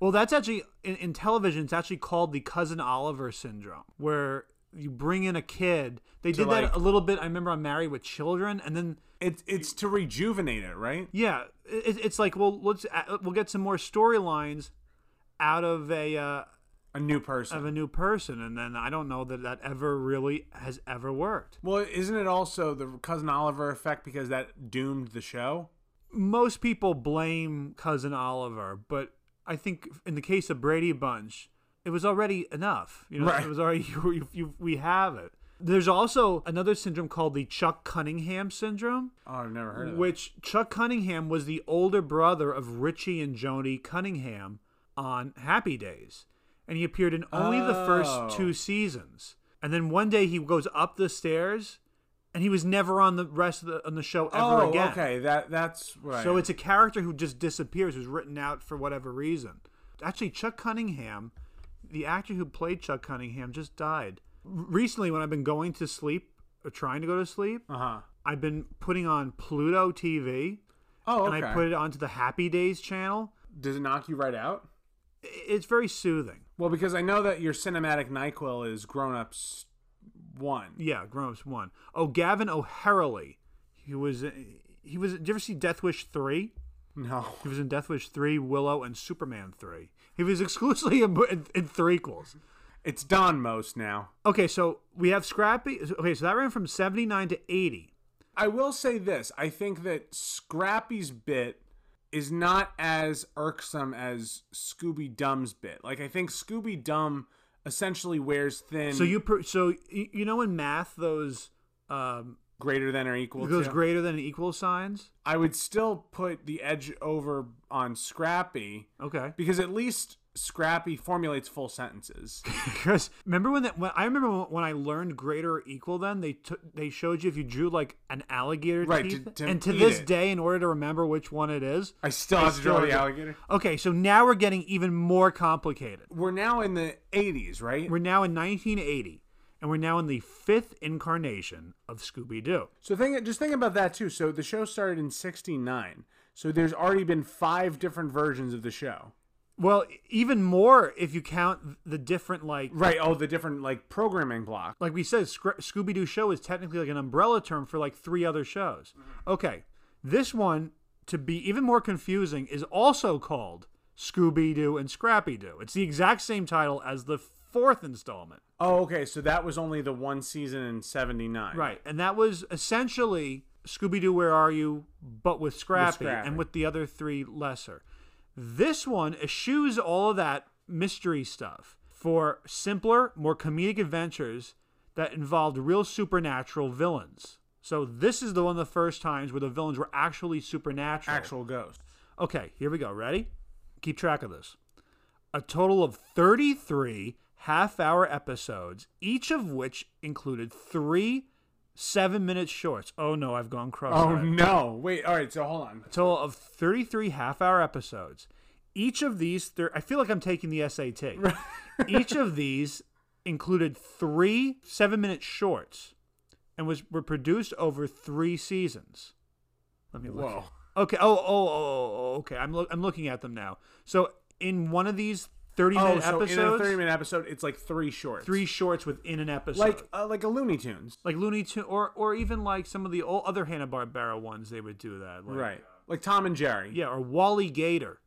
Speaker 1: Well, that's actually in, in television. It's actually called the cousin Oliver syndrome, where you bring in a kid. They did
Speaker 2: like-
Speaker 1: that a little bit. I remember on Married with Children, and then
Speaker 2: it's it's to rejuvenate it right
Speaker 1: yeah, it, it's like well, let's uh, we'll get some more storylines out of a uh,
Speaker 2: a new person
Speaker 1: of a new person, and then I don't know that that ever really has ever worked.
Speaker 2: Well, isn't it also the cousin Oliver effect because that doomed the show?
Speaker 1: most people blame cousin Oliver, but I think in the case of Brady Bunch, it was already enough. You know,
Speaker 2: Right.
Speaker 1: it was already you, you, you, we have it. There's also another syndrome called the Chuck Cunningham syndrome,
Speaker 2: Oh, I've never heard of that.
Speaker 1: which Chuck Cunningham was the older brother of Richie and Joni Cunningham on Happy Days, and he appeared in only the
Speaker 2: Oh.
Speaker 1: first two seasons. And then one day he goes up the stairs, and he was never on the rest of the on the show ever
Speaker 2: oh,
Speaker 1: again.
Speaker 2: okay. That that's right.
Speaker 1: So it's a character who just disappears, who's written out for whatever reason. Actually, Chuck Cunningham, the actor who played Chuck Cunningham, just died. recently when I've been going to sleep or trying to go to sleep,
Speaker 2: Uh huh.
Speaker 1: I've been putting on Pluto TV
Speaker 2: Oh, okay.
Speaker 1: and I put it onto the Happy Days channel.
Speaker 2: Does it knock you right out?
Speaker 1: I- It's very soothing.
Speaker 2: Well, because I know that your cinematic Nyquil is grown ups one.
Speaker 1: Yeah, Grown Ups One. Oh, Gavin O'Harely. He was uh, he was. Did you ever see Death Wish Three?
Speaker 2: No.
Speaker 1: He was in Death Wish Three, Willow, and Superman Three. He was exclusively in, in, in threequels.
Speaker 2: It's Don most now.
Speaker 1: Okay, so we have Scrappy. Okay, so that ran from seventy nine to eighty.
Speaker 2: I will say this. I think that Scrappy's bit is not as irksome as Scooby Dumb's bit. Like I think Scooby Dum essentially wears thin
Speaker 1: So you per, so you, you know in math those um,
Speaker 2: greater than or equal
Speaker 1: those
Speaker 2: to.
Speaker 1: greater than and equal signs.
Speaker 2: I would still put the edge over on Scrappy
Speaker 1: Okay,
Speaker 2: because at least Scrappy formulates full sentences.
Speaker 1: because remember when that when, I remember when, when I learned greater or equal than they took they showed you if you drew like an alligator
Speaker 2: Right,
Speaker 1: teeth,
Speaker 2: to- to
Speaker 1: and to
Speaker 2: eat
Speaker 1: this
Speaker 2: it.
Speaker 1: day in order to remember which one it is.
Speaker 2: I still
Speaker 1: I
Speaker 2: have to draw
Speaker 1: still
Speaker 2: the
Speaker 1: do.
Speaker 2: alligator.
Speaker 1: Okay, so now we're getting even more complicated.
Speaker 2: We're now in the 80s, right?
Speaker 1: We're now in 1980, and we're now in the fifth incarnation of Scooby Doo.
Speaker 2: So think just think about that too. So the show started in 69. So there's already been five different versions of the show.
Speaker 1: Well, even more if you count the different like
Speaker 2: Right, oh the different like programming block.
Speaker 1: like we said, Scr- Scooby Doo show is technically like an umbrella term for like three other shows. Okay, this one to be even more confusing is also called Scooby Doo and Scrappy Doo. It's the exact same title as the fourth installment.
Speaker 2: Oh, okay. So that was only the one season in 79.
Speaker 1: Right, and that was essentially Scooby Doo, Where Are You? But with Scrappy,
Speaker 2: Scrappy.
Speaker 1: and with the other three lesser. This one eschews all of that mystery stuff for simpler, more comedic adventures that involved real supernatural villains. So this is the one of the first times where the villains were actually supernatural.
Speaker 2: Actual ghost.
Speaker 1: Okay, here we go. Ready? Keep track of this. A total of 33 half hour episodes, each of which included three seven minute shorts. Oh no, I've gone cross
Speaker 2: Oh no. Wait, all right, so hold on.
Speaker 1: total of 33 half hour episodes. Each of these, thir- I feel like I'm taking the SAT. Each of these included three seven minute shorts and was were produced over three seasons. Let me look.
Speaker 2: Whoa.
Speaker 1: Okay. Oh, oh, oh, oh, okay. I'm look. I'm looking at them now. So in one of these 30
Speaker 2: Oh,
Speaker 1: minute
Speaker 2: so
Speaker 1: episodes,
Speaker 2: in a 30 minute episode, it's like three shorts.
Speaker 1: three shorts within an episode,
Speaker 2: like uh, like a Looney Tunes.
Speaker 1: like Looney Tune, or or even like some of the old other Hanna Barbera ones, they would do that. Like,
Speaker 2: Right. Like Tom and Jerry.
Speaker 1: Yeah, or Wally Gator,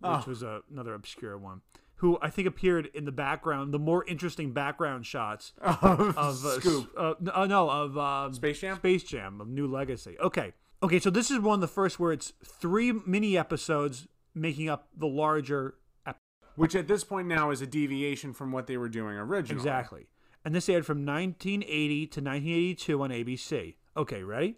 Speaker 1: which
Speaker 2: Oh.
Speaker 1: was a, another obscure one, who I think appeared in the background, the more interesting background shots
Speaker 2: Of,
Speaker 1: of uh,
Speaker 2: Scoop.
Speaker 1: s- Uh, n- uh, no, of um,
Speaker 2: Space Jam?
Speaker 1: Space Jam of New Legacy. Okay, okay. So this is one of the first where it's three mini episodes making up the larger. Ep-
Speaker 2: Which at this point now is a deviation from what they were doing originally.
Speaker 1: exactly, and this aired from 1980 to 1982 on ABC. Okay, ready?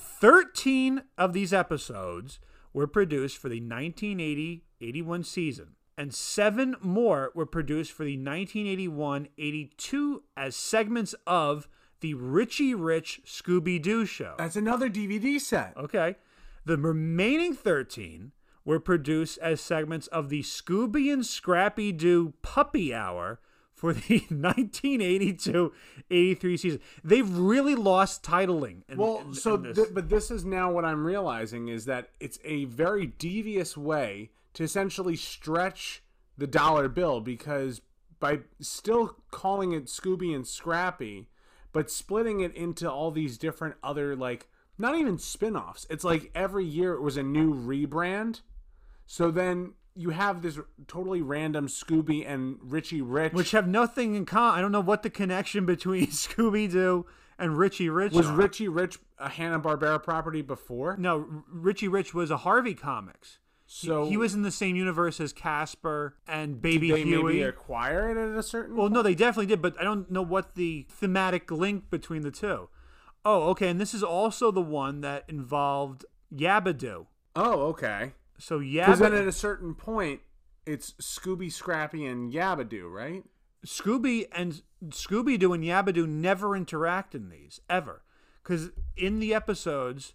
Speaker 1: Thirteen of these episodes were produced for the 1980-81 season. And seven more were produced for the 1981 82 as segments of the Richie Rich Scooby Doo show.
Speaker 2: That's another DVD set.
Speaker 1: Okay. The remaining 13 were produced as segments of the Scooby and Scrappy Doo Puppy Hour for the 1982 83 season. They've really lost titling. In,
Speaker 2: Well,
Speaker 1: in-
Speaker 2: so
Speaker 1: in this.
Speaker 2: th- but this is now what I'm realizing is that it's a very devious way to essentially stretch the dollar bill because by still calling it Scooby and Scrappy, but splitting it into all these different other like not even spin-offs. It's like every year it was a new rebrand. So then you have this totally random Scooby and Richie Rich
Speaker 1: which have nothing in common. I don't know what the connection between Scooby Doo and Richie Rich
Speaker 2: was
Speaker 1: are.
Speaker 2: Richie Rich a Hanna-Barbera property before?
Speaker 1: No, R- Richie Rich was a Harvey Comics.
Speaker 2: So
Speaker 1: he was in the same universe as Casper and Baby
Speaker 2: they
Speaker 1: Huey.
Speaker 2: maybe acquire it at a certain
Speaker 1: Well, no, they definitely did, but I don't know what the thematic link between the two. Oh, okay, and this is also the one that involved Yabadoo.
Speaker 2: oh okay
Speaker 1: So
Speaker 2: because then at
Speaker 1: Yabba,
Speaker 2: a certain point it's scooby scrappy and yabadoo right
Speaker 1: Scooby and Scooby Doo and Yabadoo never interact in these ever, because in the episodes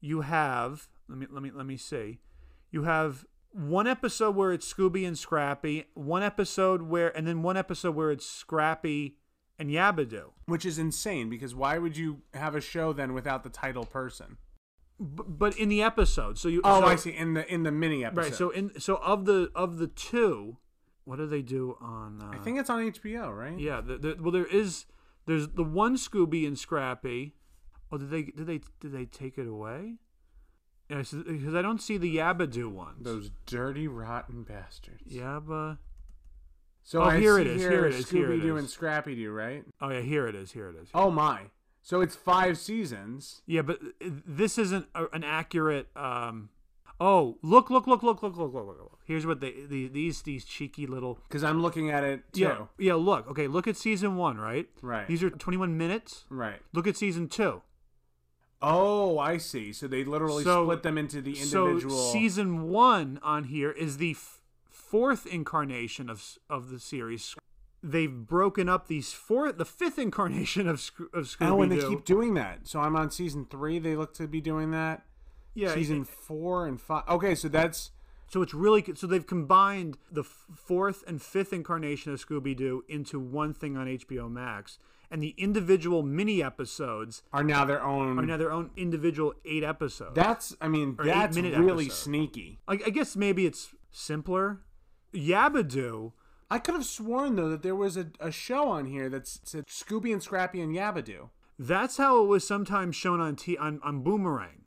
Speaker 1: you have let me let me let me see, you have one episode where it's Scooby and Scrappy, one episode where, and then one episode where it's Scrappy and Yabadoo.
Speaker 2: which is insane because why would you have a show then without the title person?
Speaker 1: B- but in the episode, so you.
Speaker 2: Oh,
Speaker 1: so-
Speaker 2: I see. In the in the mini episode,
Speaker 1: Right. So in so of the of the two, what do they do on? Uh,
Speaker 2: I think it's on HBO, right?
Speaker 1: Yeah. The, the, well, there is there's the one Scooby and Scrappy. Oh, did they did they did they take it away? Yeah, because I don't see the Yabadoo ones.
Speaker 2: Those dirty rotten bastards.
Speaker 1: Yabba.
Speaker 2: So
Speaker 1: Oh,
Speaker 2: I
Speaker 1: here
Speaker 2: see
Speaker 1: it is, here it is, here it
Speaker 2: Scooby Doo
Speaker 1: is.
Speaker 2: and Scrappy Doo, right?
Speaker 1: Oh yeah, here it is. Here it is.
Speaker 2: Oh my! So it's five seasons.
Speaker 1: Yeah, but uh, this isn't a, an accurate. Um, oh, look, look, look, look, look, look, look, look. look. Here's what they the, these these cheeky little.
Speaker 2: Because I'm looking at it too.
Speaker 1: Yeah, yeah. Look, okay, look at season one, right?
Speaker 2: Right.
Speaker 1: These are 21 minutes.
Speaker 2: Right.
Speaker 1: Look at season two.
Speaker 2: Oh, I see. So they literally
Speaker 1: So-
Speaker 2: split them into the
Speaker 1: So
Speaker 2: individual.
Speaker 1: season one on here is the f- fourth incarnation of s- of the series. They've broken up these four, the fifth incarnation of Sco- of Scooby Doo.
Speaker 2: oh, and they keep doing that. So I'm on season three. They look to be doing that.
Speaker 1: yeah,
Speaker 2: season four and five. Okay, so that's
Speaker 1: So it's really so they've combined the f- fourth and fifth incarnation of Scooby Doo into one thing on HBO Max, and the individual mini episodes
Speaker 2: are now their own.
Speaker 1: are now their own individual eight episodes.
Speaker 2: that's I mean
Speaker 1: Or
Speaker 2: that's
Speaker 1: eight-minute
Speaker 2: really
Speaker 1: episode.
Speaker 2: sneaky.
Speaker 1: I, I guess maybe it's simpler. Yabadoo.
Speaker 2: I could have sworn though that there was a, a show on here that said Scooby and Scrappy and Yabadoo.
Speaker 1: That's how it was sometimes shown on T on, on Boomerang.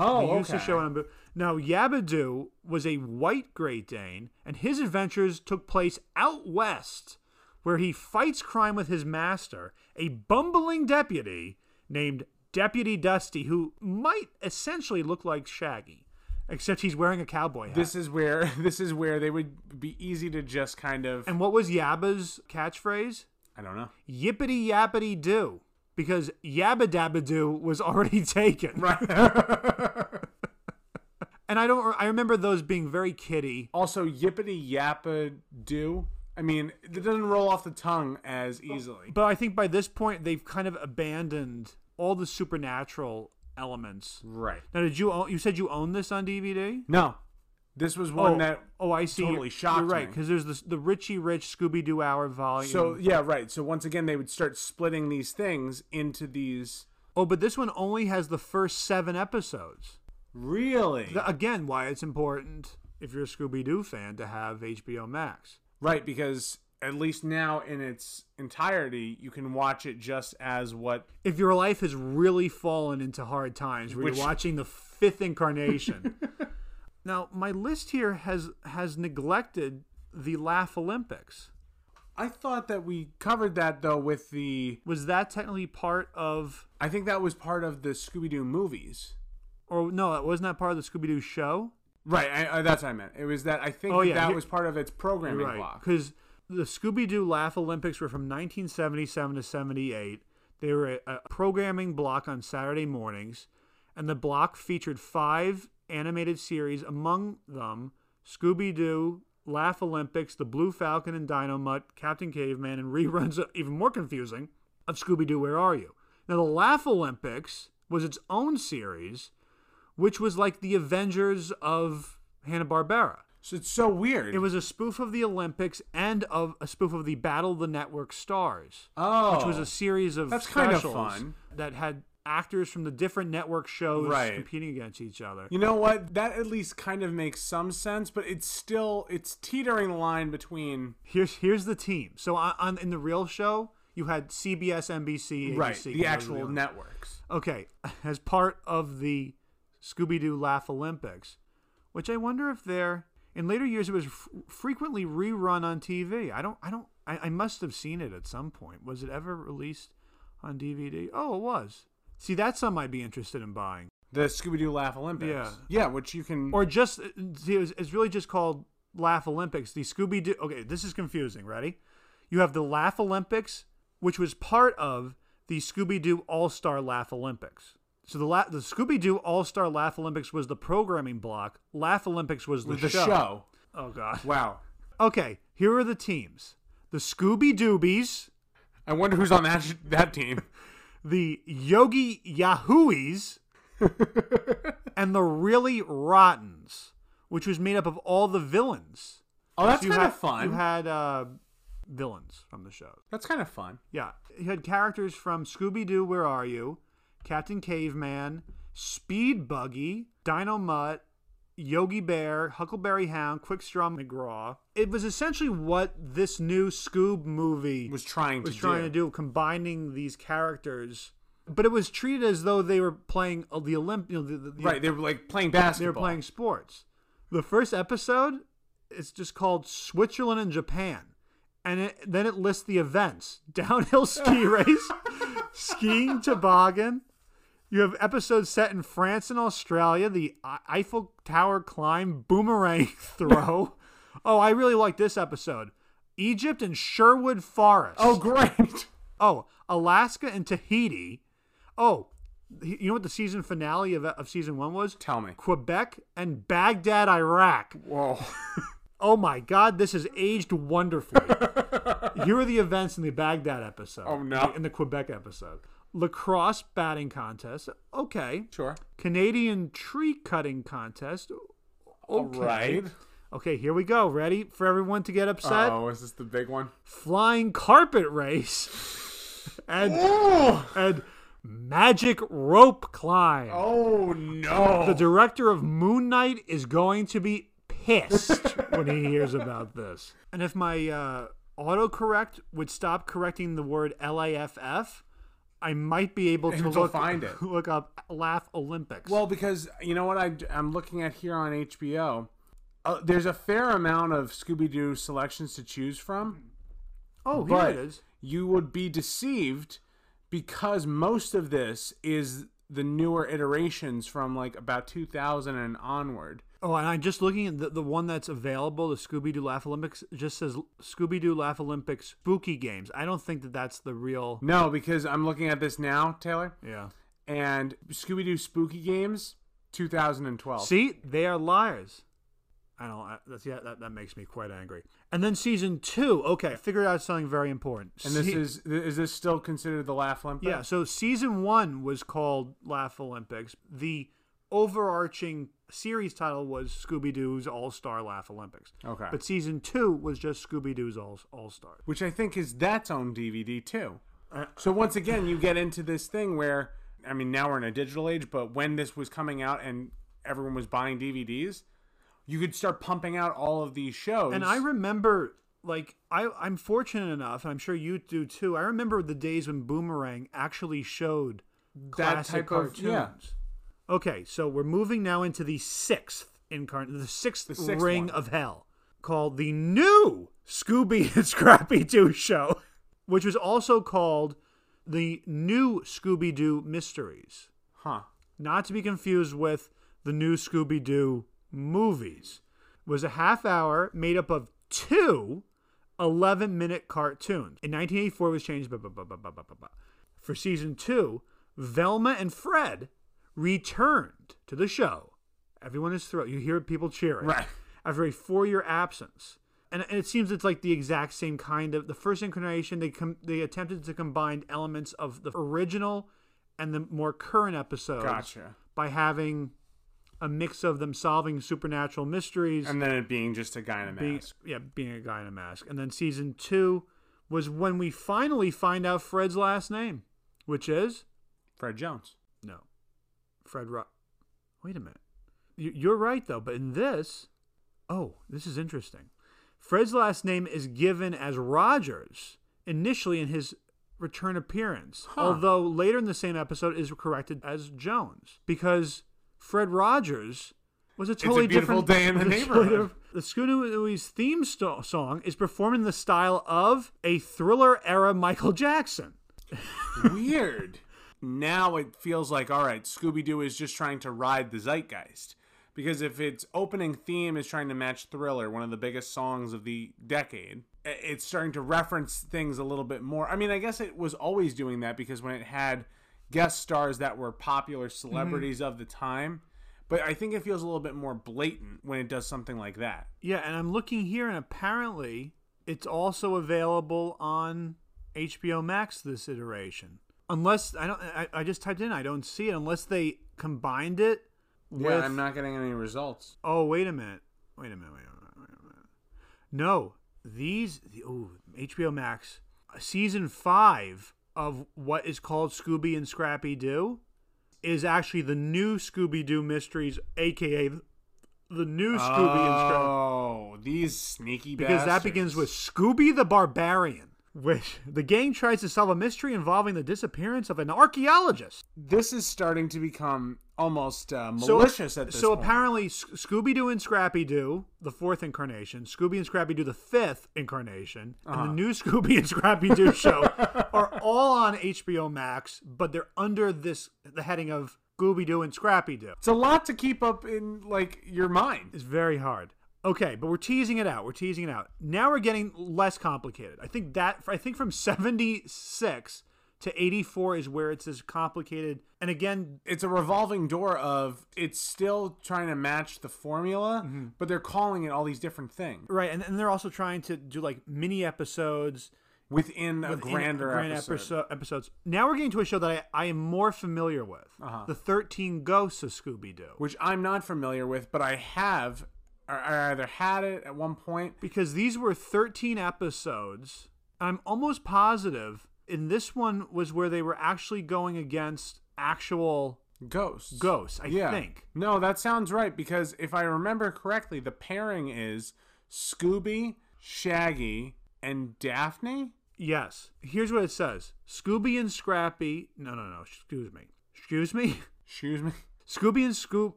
Speaker 2: Oh,
Speaker 1: They used to show it on Bo- now Yabadoo was a white Great Dane, and his adventures took place out west, where he fights crime with his master, a bumbling deputy named Deputy Dusty, who might essentially look like Shaggy, except he's wearing a cowboy hat.
Speaker 2: This is where this is where they would be easy to just kind of
Speaker 1: and what was Yabba's catchphrase?
Speaker 2: I don't know.
Speaker 1: Yippity yappity doo, because Yabba Dabba Doo was already taken.
Speaker 2: Right.
Speaker 1: And I don't. I remember those being very kiddie.
Speaker 2: also, yippity yappa do. I mean, it doesn't roll off the tongue as easily.
Speaker 1: But I think by this point they've kind of abandoned all the supernatural elements.
Speaker 2: Right.
Speaker 1: Now, did you own, you said you own this on DVD?
Speaker 2: No, this was one
Speaker 1: oh,
Speaker 2: that
Speaker 1: oh, I see.
Speaker 2: totally
Speaker 1: You're-
Speaker 2: shocked
Speaker 1: You're right
Speaker 2: me.
Speaker 1: because there's this, the Richie Rich Scooby Doo Hour volume.
Speaker 2: So yeah, right. So once again, they would start splitting these things into these.
Speaker 1: oh, but this one only has the first seven episodes.
Speaker 2: Really?
Speaker 1: Th- again, why it's important if you're a Scooby Doo fan to have HBO Max.
Speaker 2: right, because at least now in its entirety, you can watch it just as what.
Speaker 1: If your life has really fallen into hard times, where
Speaker 2: Which-
Speaker 1: you're watching the fifth incarnation. now, my list here has has neglected the Laugh Olympics.
Speaker 2: I thought that we covered that though with the.
Speaker 1: was that technically part of
Speaker 2: I think that was part of the Scooby Doo movies.
Speaker 1: or no it wasn't that part of the scooby-doo show
Speaker 2: Right, I, I, that's what I meant. It was that I think
Speaker 1: Oh,
Speaker 2: that
Speaker 1: yeah,
Speaker 2: that
Speaker 1: here-
Speaker 2: was part of its programming block.
Speaker 1: because the scooby-doo laugh olympics were from 1977 to 78 they were a, a programming block on saturday mornings and the block featured five animated series among them scooby-doo laugh olympics the blue falcon and dynamite captain caveman and reruns of, even more confusing of scooby-doo where are you now the laugh olympics was its own series which was like the avengers of hanna-barbera
Speaker 2: So it's so weird.
Speaker 1: it was a spoof of the Olympics and of a spoof of the Battle of the Network Stars,
Speaker 2: oh,
Speaker 1: which was a series of
Speaker 2: That's kind of
Speaker 1: specials
Speaker 2: fun.
Speaker 1: that had actors from the different network shows
Speaker 2: Right.
Speaker 1: competing against each other.
Speaker 2: You know what? That at least kind of makes some sense, but it's still it's teetering the line between
Speaker 1: Here's here's the team. So on, on in the real show, you had CBS, NBC, ABC,
Speaker 2: right
Speaker 1: and
Speaker 2: the
Speaker 1: those
Speaker 2: actual
Speaker 1: other-
Speaker 2: networks.
Speaker 1: Okay, as part of the Scooby Doo Laugh Olympics, which I wonder if they're in later years it was f- frequently rerun on TV. I don't, I don't, I, I must have seen it at some point. Was it ever released on DVD? Oh, it was. See, that's something I'd be interested in buying.
Speaker 2: The Scooby Doo Laugh Olympics.
Speaker 1: Yeah.
Speaker 2: yeah, which you can.
Speaker 1: Or just, see, it was- it's really just called Laugh Olympics. The Scooby Doo, okay, this is confusing. Ready? You have the Laugh Olympics, which was part of the Scooby Doo All Star Laugh Olympics. So the la- the Scooby Doo All Star Laugh Olympics was the programming block. Laugh Olympics was the,
Speaker 2: with the show.
Speaker 1: Oh God.
Speaker 2: Wow,
Speaker 1: Okay, here are the teams: the Scooby Doobies,
Speaker 2: I wonder who's on that sh- that team.
Speaker 1: the Yogi Yahooies, and the Really Rottens, which was made up of all the villains.
Speaker 2: Oh, that's
Speaker 1: you
Speaker 2: kind
Speaker 1: had-
Speaker 2: of fun.
Speaker 1: You had uh, villains from the shows.
Speaker 2: That's kind of fun.
Speaker 1: Yeah, he had characters from Scooby Doo, Where Are You, Captain Caveman, Speed Buggy, Dino Mutt, Yogi Bear, Huckleberry Hound, Quickstrom McGraw. It was essentially what this new Scoob movie
Speaker 2: Was trying to
Speaker 1: was trying to do, combining these characters. But it was treated as though they were playing uh, the Olymp, you know, the, the, the-
Speaker 2: Right, they were like playing
Speaker 1: they
Speaker 2: basketball.
Speaker 1: were playing sports. The first episode is just called Switzerland and Japan. And it, then it lists the events downhill ski race, skiing toboggan. You have episodes set in France and Australia, the I- Eiffel Tower climb, boomerang throw. oh, I really like this episode. Egypt and Sherwood Forest.
Speaker 2: Oh, great!
Speaker 1: Oh, Alaska and Tahiti. Oh, you know what the season finale of, of season one was?
Speaker 2: Tell me.
Speaker 1: Quebec and Baghdad, Iraq.
Speaker 2: Whoa.
Speaker 1: Oh my God, this has aged wonderfully. Here are the events in the Baghdad episode.
Speaker 2: Oh, no.
Speaker 1: In the Quebec episode. Lacrosse batting contest. Okay.
Speaker 2: Sure.
Speaker 1: Canadian tree cutting contest.
Speaker 2: All right.
Speaker 1: Okay, here we go. Ready for everyone to get upset?
Speaker 2: Oh, is this the big one?
Speaker 1: Flying carpet race. and,
Speaker 2: Oh,
Speaker 1: and magic rope climb.
Speaker 2: oh no.
Speaker 1: The director of Moon Knight is going to be pissed when he hears about this. And if my uh, autocorrect would stop correcting the word LAFF, I might be able to
Speaker 2: Able to
Speaker 1: look,
Speaker 2: find it.
Speaker 1: look up Laugh Olympics.
Speaker 2: Well, because you know what I, am looking at here on HBO, uh, there's a fair amount of Scooby Doo selections to choose from.
Speaker 1: oh, here
Speaker 2: but
Speaker 1: it is.
Speaker 2: You would be deceived because most of this is the newer iterations from like about 2000 and onward.
Speaker 1: Oh, and I'm just looking at the, the one that's available, the Scooby Doo Laugh Olympics, it just says Scooby Doo Laugh Olympics Spooky Games. I don't think that that's the real.
Speaker 2: No, because I'm looking at this now, Taylor,
Speaker 1: Yeah.
Speaker 2: and Scooby Doo Spooky Games 2012.
Speaker 1: See, they are liars. I don't. I, that's yeah. That, that makes me quite angry. And then season two. Okay, I figured out something very important.
Speaker 2: and this
Speaker 1: Se-
Speaker 2: is is this still considered the Laugh Olympics?
Speaker 1: yeah. So season one was called Laugh Olympics. The overarching series title was Scooby Doo's All Star Laugh Olympics.
Speaker 2: Okay.
Speaker 1: But season two was just Scooby Doo's All All Star.
Speaker 2: which I think is that's on DVD too.
Speaker 1: Uh,
Speaker 2: so once again, you get into this thing where I mean, now we're in a digital age, but when this was coming out and everyone was buying DVDs, you could start pumping out all of these shows.
Speaker 1: And I remember, like, I, I'm fortunate enough, and I'm sure you do too. I remember the days when Boomerang actually showed classic
Speaker 2: type of-
Speaker 1: cartoons.
Speaker 2: yeah.
Speaker 1: Okay, so we're moving now into the sixth incarnate, the sixth,
Speaker 2: sixth
Speaker 1: ring
Speaker 2: one.
Speaker 1: of hell, called the new Scooby and Scrappy Doo show, which was also called the new Scooby Doo Mysteries,
Speaker 2: huh?
Speaker 1: not to be confused with the new Scooby Doo movies, was a half hour made up of two 11 minute cartoons. In 1984, it was changed. Blah, blah, blah, blah, blah, blah, blah, blah. For season two, Velma and Fred returned to the show. Everyone is thrilled. You hear people cheering
Speaker 2: Right.
Speaker 1: after a four year absence. And, and it seems it's like the exact same kind of the first incarnation. They com- they attempted to combine elements of the original and the more current episodes
Speaker 2: Gotcha.
Speaker 1: by having a mix of them solving supernatural mysteries
Speaker 2: And then it being just a guy in a
Speaker 1: being,
Speaker 2: mask.
Speaker 1: yeah, being a guy in a mask. And then season two was when we finally find out Fred's last name, which is
Speaker 2: Fred Jones.
Speaker 1: no, Fred. Ro- Wait a minute, You- you're right though. But in this, oh, this is interesting. Fred's last name is given as Rogers initially in his return appearance,
Speaker 2: Huh.
Speaker 1: although later in the same episode is corrected as Jones because Fred Rogers was a
Speaker 2: a
Speaker 1: totally
Speaker 2: beautiful
Speaker 1: different
Speaker 2: day in the
Speaker 1: was a
Speaker 2: neighborhood.
Speaker 1: totally different- The Scooby-Doo's theme sto- song is performed in the style of a thriller era Michael Jackson.
Speaker 2: Weird. Now it feels like all right, Scooby Doo is just trying to ride the zeitgeist. Because if its opening theme is trying to match Thriller, one of the biggest songs of the decade, i- it's starting to reference things a little bit more. I mean, I guess it was always doing that because when it had guest stars that were popular
Speaker 1: Mm-hmm.
Speaker 2: celebrities of the time, but I think it feels a little bit more blatant when it does something like that.
Speaker 1: Yeah, and I'm looking here, and apparently it's also available on HBO Max this iteration. Unless I don't, I, I just typed in, I don't see it. Unless they combined it with.
Speaker 2: Yeah, I'm not getting any results.
Speaker 1: Oh, wait a minute, wait a minute, wait a minute, wait a minute. No, these. The, oh, HBO Max, season five of what is called Scooby and Scrappy Doo is actually the new Scooby Doo Mysteries, aka the the new Scooby and Scrappy.
Speaker 2: Oh, these sneaky
Speaker 1: Because that
Speaker 2: bastards.
Speaker 1: begins with Scooby the Barbarian, which the gang tries to solve a mystery involving the disappearance of an archaeologist.
Speaker 2: This is starting to become almost uh,
Speaker 1: So-
Speaker 2: malicious at this
Speaker 1: So
Speaker 2: point.
Speaker 1: apparently, Scooby Doo and Scrappy Doo, the fourth incarnation, Scooby and Scrappy Doo, the fifth incarnation,
Speaker 2: Uh-huh.
Speaker 1: and the new Scooby and Scrappy Doo show are all on HBO Max, but they're under this the heading of Scooby Doo and Scrappy Doo.
Speaker 2: It's a lot to keep up in like your mind.
Speaker 1: It's very hard. Okay, but we're teasing it out. We're teasing it out. Now we're getting less complicated. I think that I think from 76 to 84 is where it's this complicated. And again,
Speaker 2: It's a revolving door of it's still trying to match the formula,
Speaker 1: Mm-hmm.
Speaker 2: but they're calling it all these different things
Speaker 1: right, and, and they're also trying to do like mini episodes
Speaker 2: within a
Speaker 1: in
Speaker 2: grander
Speaker 1: grand
Speaker 2: episode.
Speaker 1: episo- episodes. Now we're getting to a show that I, I am more familiar with. The 13 Ghosts of Scooby Doo.
Speaker 2: Uh-huh. which I'm not familiar with, but I have or I either had it at one point.
Speaker 1: Because these were 13 episodes. I'm almost positive in this one was where they were actually going against actual
Speaker 2: Ghosts.
Speaker 1: ghosts, I think.
Speaker 2: No, that sounds right because if I remember correctly, the pairing is Scooby, Shaggy, and Daphne.
Speaker 1: Yes. Here's what it says Scooby and Scrappy. No, no, no. Excuse me. Excuse me.
Speaker 2: Excuse me.
Speaker 1: Scooby and Scoop.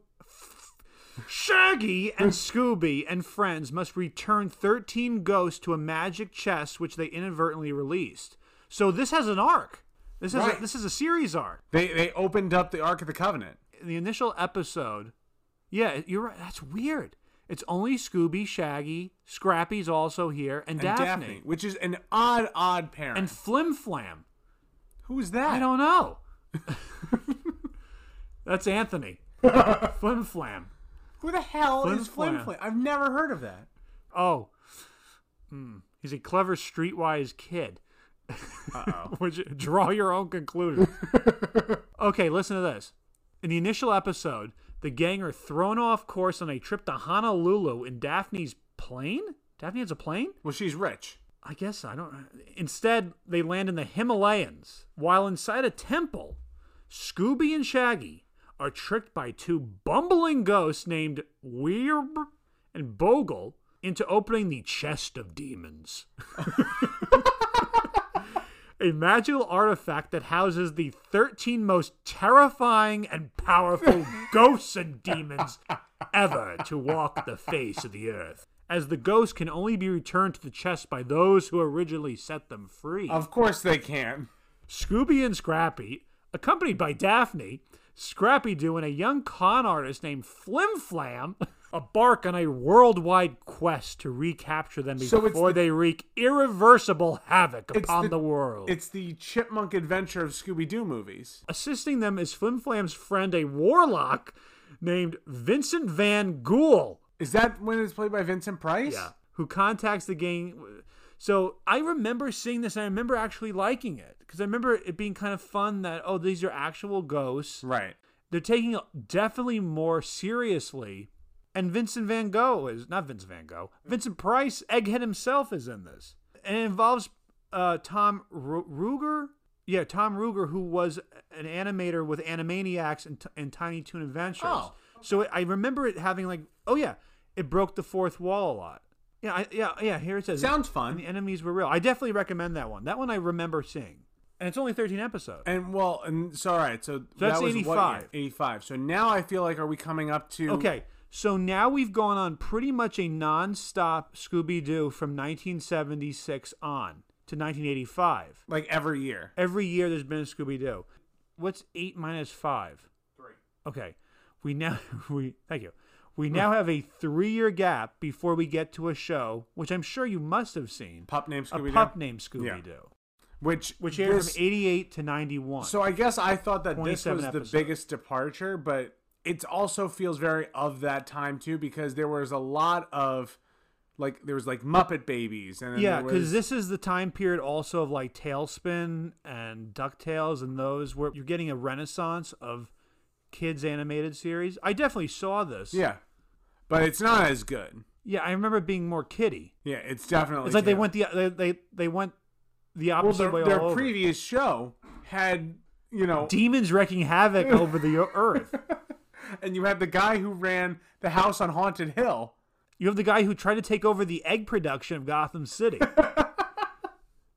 Speaker 1: Shaggy and Scooby and friends must return 13 ghosts to a magic chest which they inadvertently released. So this has an arc. This is
Speaker 2: Right.
Speaker 1: a, this is a series arc.
Speaker 2: They they opened up the Ark of the Covenant.
Speaker 1: In the initial episode, yeah, you're right. That's weird. It's only Scooby, Shaggy, Scrappy's also here, and,
Speaker 2: And
Speaker 1: Daphne.
Speaker 2: which is an odd, odd pairing.
Speaker 1: and Flim Flam.
Speaker 2: who's that?
Speaker 1: I don't know. That's Anthony. Flim Flam.
Speaker 2: Who the hell
Speaker 1: Flim
Speaker 2: is Flim
Speaker 1: Flam.
Speaker 2: Flam? I've never heard of that.
Speaker 1: Oh, Hmm. he's a clever, streetwise kid.
Speaker 2: Uh-oh.
Speaker 1: Which draw your own conclusion. okay, listen to this. In the initial episode, the gang are thrown off course on a trip to Honolulu in Daphne's plane. Daphne has a plane.
Speaker 2: well, she's rich.
Speaker 1: I guess I don't. Instead, they land in the Himalayas. While inside a temple, Scooby and Shaggy are tricked by two bumbling ghosts named Weirb and Bogle into opening the chest of demons. A magical artifact that houses the 13 most terrifying and powerful ghosts and demons ever to walk the face of the earth, as the ghosts can only be returned to the chest by those who originally set them free.
Speaker 2: Of course they can.
Speaker 1: Scooby and Scrappy, accompanied by Daphne, Scrappy Doo, and a young con artist named Flim Flam, embark on a worldwide quest to recapture them
Speaker 2: So it's
Speaker 1: before
Speaker 2: the-
Speaker 1: they wreak irreversible havoc
Speaker 2: It's
Speaker 1: upon the, world.
Speaker 2: It's the Chipmunk Adventure of Scooby Doo movies.
Speaker 1: Assisting them is Flim Flam's friend, a warlock named Vincent Van Gool.
Speaker 2: Is that when it's played by Vincent Price?
Speaker 1: Yeah. Who contacts the gang. So I remember seeing this and I remember actually liking it because I remember it being kind of fun that, oh, these are actual ghosts.
Speaker 2: Right.
Speaker 1: They're taking it definitely more seriously. And Vincent Van Gogh is not Vincent Van Gogh. Vincent Price, Egghead himself, is in this. And it involves uh, Tom Ru- Ruger. Yeah, Tom Ruger, who was an animator with Animaniacs and, t- and Tiny Toon Adventures.
Speaker 2: Oh.
Speaker 1: So it, I remember it having like, oh yeah, it broke the fourth wall a lot. Yeah, I, yeah, yeah. Here it says.
Speaker 2: Sounds
Speaker 1: And the
Speaker 2: fun.
Speaker 1: enemies were real. I definitely recommend that one. That one I remember seeing, and it's only thirteen episodes.
Speaker 2: And well, and so all right, so,
Speaker 1: that's
Speaker 2: that was
Speaker 1: 85.
Speaker 2: What, eighty-five. So now I feel like, are we coming up to?
Speaker 1: Okay, so now we've gone on pretty much a non-stop Scooby-Doo from 1976 on to 1985.
Speaker 2: Like every year.
Speaker 1: Every year there's been a Scooby-Doo. What's eight minus five? Three. Okay, we now we thank you. We now have a three-year gap before we get to a show, which I'm sure you must have seen,
Speaker 2: Pup named
Speaker 1: a
Speaker 2: Scooby Doo.
Speaker 1: pup named Scooby-Doo,
Speaker 2: Which
Speaker 1: which aired
Speaker 2: this-
Speaker 1: from 88 to 91.
Speaker 2: So I guess I thought that this
Speaker 1: 27
Speaker 2: was
Speaker 1: episodes.
Speaker 2: the biggest departure, but it also feels very of that time too because there was a lot of like there was like Muppet Babies and then
Speaker 1: yeah,
Speaker 2: there was-
Speaker 1: because this is the time period also of like Tailspin and Ducktales and those where you're getting a renaissance of kids animated series. I definitely saw this.
Speaker 2: yeah, but it's not as good.
Speaker 1: Yeah, I remember being more kitty.
Speaker 2: Oh, Yeah, it's definitely.
Speaker 1: It's like they
Speaker 2: canon.
Speaker 1: went the they they, they went the
Speaker 2: Well,
Speaker 1: opposite
Speaker 2: their,
Speaker 1: way
Speaker 2: their
Speaker 1: all over.
Speaker 2: previous show had you know,
Speaker 1: Demons wrecking havoc over the earth.
Speaker 2: and you had the guy who ran the house on Haunted Hill.
Speaker 1: You have the guy who tried to take over the egg production of Gotham City.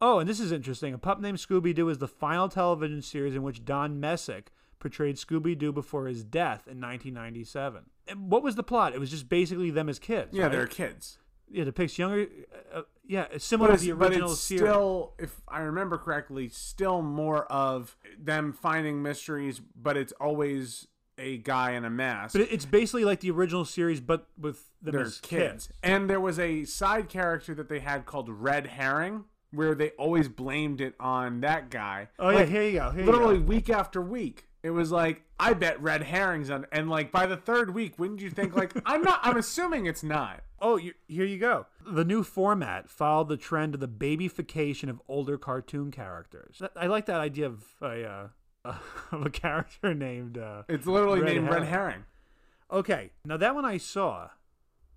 Speaker 1: oh, and this is interesting. A pup named Scooby Doo is the final television series in which Don Messick portrayed Scooby Doo before his death in 1997. And what was the plot? It was just basically them as kids.
Speaker 2: Yeah,
Speaker 1: right?
Speaker 2: they're kids.
Speaker 1: yeah, depicts younger. Uh, yeah, it's similar to
Speaker 2: But it's,
Speaker 1: the
Speaker 2: but
Speaker 1: original
Speaker 2: it's
Speaker 1: series.
Speaker 2: still, if I remember correctly, still more of them finding mysteries, but it's always a guy in a mask.
Speaker 1: but it- it's basically like the original series, but with them
Speaker 2: they're
Speaker 1: as
Speaker 2: kids. And there was a side character that they had called Red Herring, where they always blamed it on that guy.
Speaker 1: Oh yeah, here you go. Here
Speaker 2: Literally
Speaker 1: you
Speaker 2: week after week, it was like, I bet Red Herring's on. And like by the third week, wouldn't you think, like, I'm not, I'm assuming it's not.
Speaker 1: go. Oh, you, here you go. The new format followed the trend of the babyfication of older cartoon characters. Th- I like that idea of a uh, of a character named. Uh...
Speaker 2: It's literally
Speaker 1: Red
Speaker 2: named Red
Speaker 1: Herring.
Speaker 2: Herring.
Speaker 1: Okay, now that one I saw,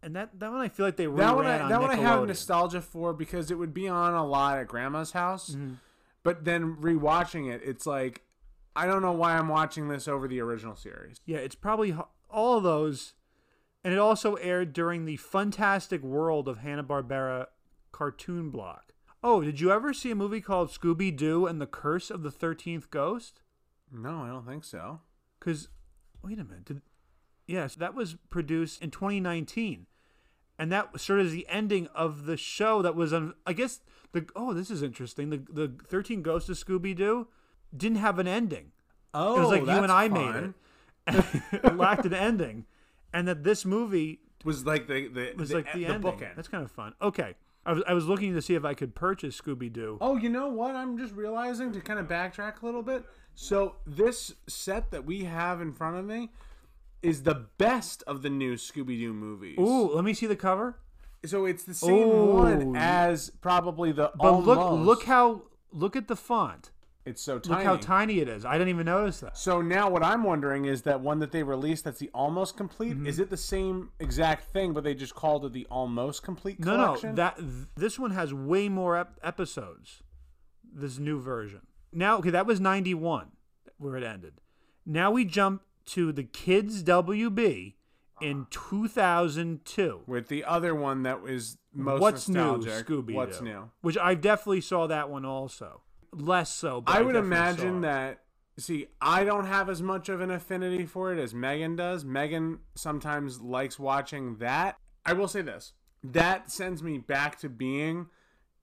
Speaker 1: and that that one I feel like they reran
Speaker 2: That one, I,
Speaker 1: on
Speaker 2: that one I have
Speaker 1: Nickelodeon.
Speaker 2: nostalgia for because it would be on a lot at grandma's house.
Speaker 1: Mm-hmm.
Speaker 2: But then rewatching it, it's like, I don't know why I'm watching this over the original series.
Speaker 1: Yeah, it's probably h- all of those. And it also aired during the fantastic world of Hanna-Barbera cartoon block. Oh, did you ever see a movie called Scooby-Doo and the Curse of the 13th Ghost?
Speaker 2: No, I don't think so.
Speaker 1: Cuz wait a minute. Did, yes, that was produced in 2019. And that sort of is the ending of the show that was on I guess the oh, this is interesting. The the 13 Ghosts of Scooby-Doo didn't have an ending.
Speaker 2: Oh,
Speaker 1: it was like you
Speaker 2: that's
Speaker 1: and I
Speaker 2: fun.
Speaker 1: made it. it lacked an ending, and that this movie
Speaker 2: was like the the
Speaker 1: was
Speaker 2: the, e,
Speaker 1: like the,
Speaker 2: the
Speaker 1: ending.
Speaker 2: bookend.
Speaker 1: That's kind of fun. Okay, I was I was looking to see if I could purchase Scooby Doo.
Speaker 2: oh, you know what? I'm just realizing to kind of backtrack a little bit. So this set that we have in front of me is the best of the new Scooby Doo movies.
Speaker 1: Ooh, let me see the cover.
Speaker 2: So it's the same one
Speaker 1: Ooh.
Speaker 2: as probably the
Speaker 1: But
Speaker 2: almost.
Speaker 1: look look how look at the font.
Speaker 2: it's so tiny.
Speaker 1: Look how tiny it is. I didn't even notice that.
Speaker 2: so now what I'm wondering is that one that they released that's the almost complete
Speaker 1: Mm-hmm.
Speaker 2: is it the same exact thing but they just called it the almost complete
Speaker 1: No,
Speaker 2: collection?
Speaker 1: no, that th- this one has way more ep- episodes. This new version. Now, okay, that was 91 where it ended. Now we jump to the Kids WB in 2002.
Speaker 2: with the other one that was most
Speaker 1: What's new,
Speaker 2: nostalgic.
Speaker 1: Scooby?
Speaker 2: What's new?
Speaker 1: Which I definitely saw that one also. Less so. But
Speaker 2: I would
Speaker 1: definitely saw
Speaker 2: imagine
Speaker 1: it.
Speaker 2: that. See, I don't have as much of an affinity for it as Megan does. Megan sometimes likes watching that. I will say this that sends me back to being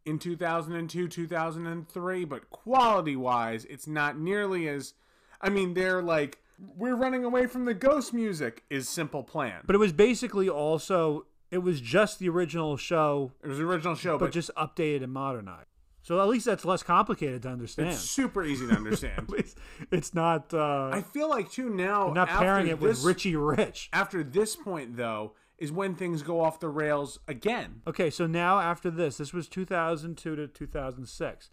Speaker 2: in 2002, 2003, but quality wise, it's not nearly as. I mean, they're like, we're running away from the ghost music, is Simple Plan. But
Speaker 1: But it was basically also it was just the original show,
Speaker 2: it was the original show,
Speaker 1: but
Speaker 2: but,
Speaker 1: just updated and modernized. So at least that's less complicated to understand.
Speaker 2: it's super easy to understand.
Speaker 1: It's, it's not uh,
Speaker 2: I feel like, too, now.
Speaker 1: not
Speaker 2: after
Speaker 1: pairing it with
Speaker 2: this-
Speaker 1: Richie Rich.
Speaker 2: After this point, though, is when things go off the rails again.
Speaker 1: Okay, so now after this, this was 2002 to 2006.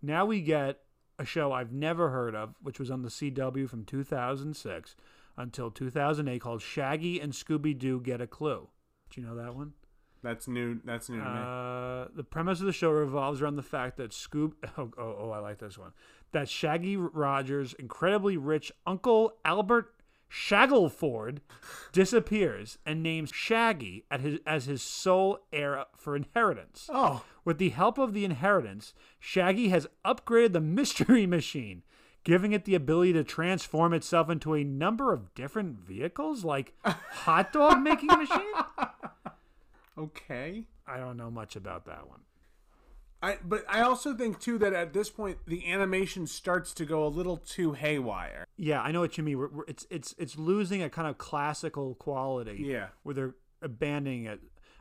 Speaker 1: Now we get a show I've never heard of, which was on the CW from 2006 until 2008 called Shaggy and Scooby Doo Get a Clue. Do you know that one?
Speaker 2: That's new. That's new to me.
Speaker 1: Uh, the premise of the show revolves around the fact that Scoob. Oh, oh, oh, I like this one. That Shaggy Rogers' incredibly rich uncle Albert Shackleford disappears and names Shaggy at his, as his sole heir for inheritance.
Speaker 2: Oh,
Speaker 1: With the help of the inheritance, Shaggy has upgraded the mystery machine, giving it the ability to transform itself into a number of different vehicles, like hot dog making machine.
Speaker 2: okay.
Speaker 1: I don't know much about that one.
Speaker 2: I but I also think too that at this point the animation starts to go a little too haywire.
Speaker 1: Yeah, I know what you mean. We're, we're, it's it's it's losing a kind of classical quality.
Speaker 2: Yeah.
Speaker 1: where they're abandoning it.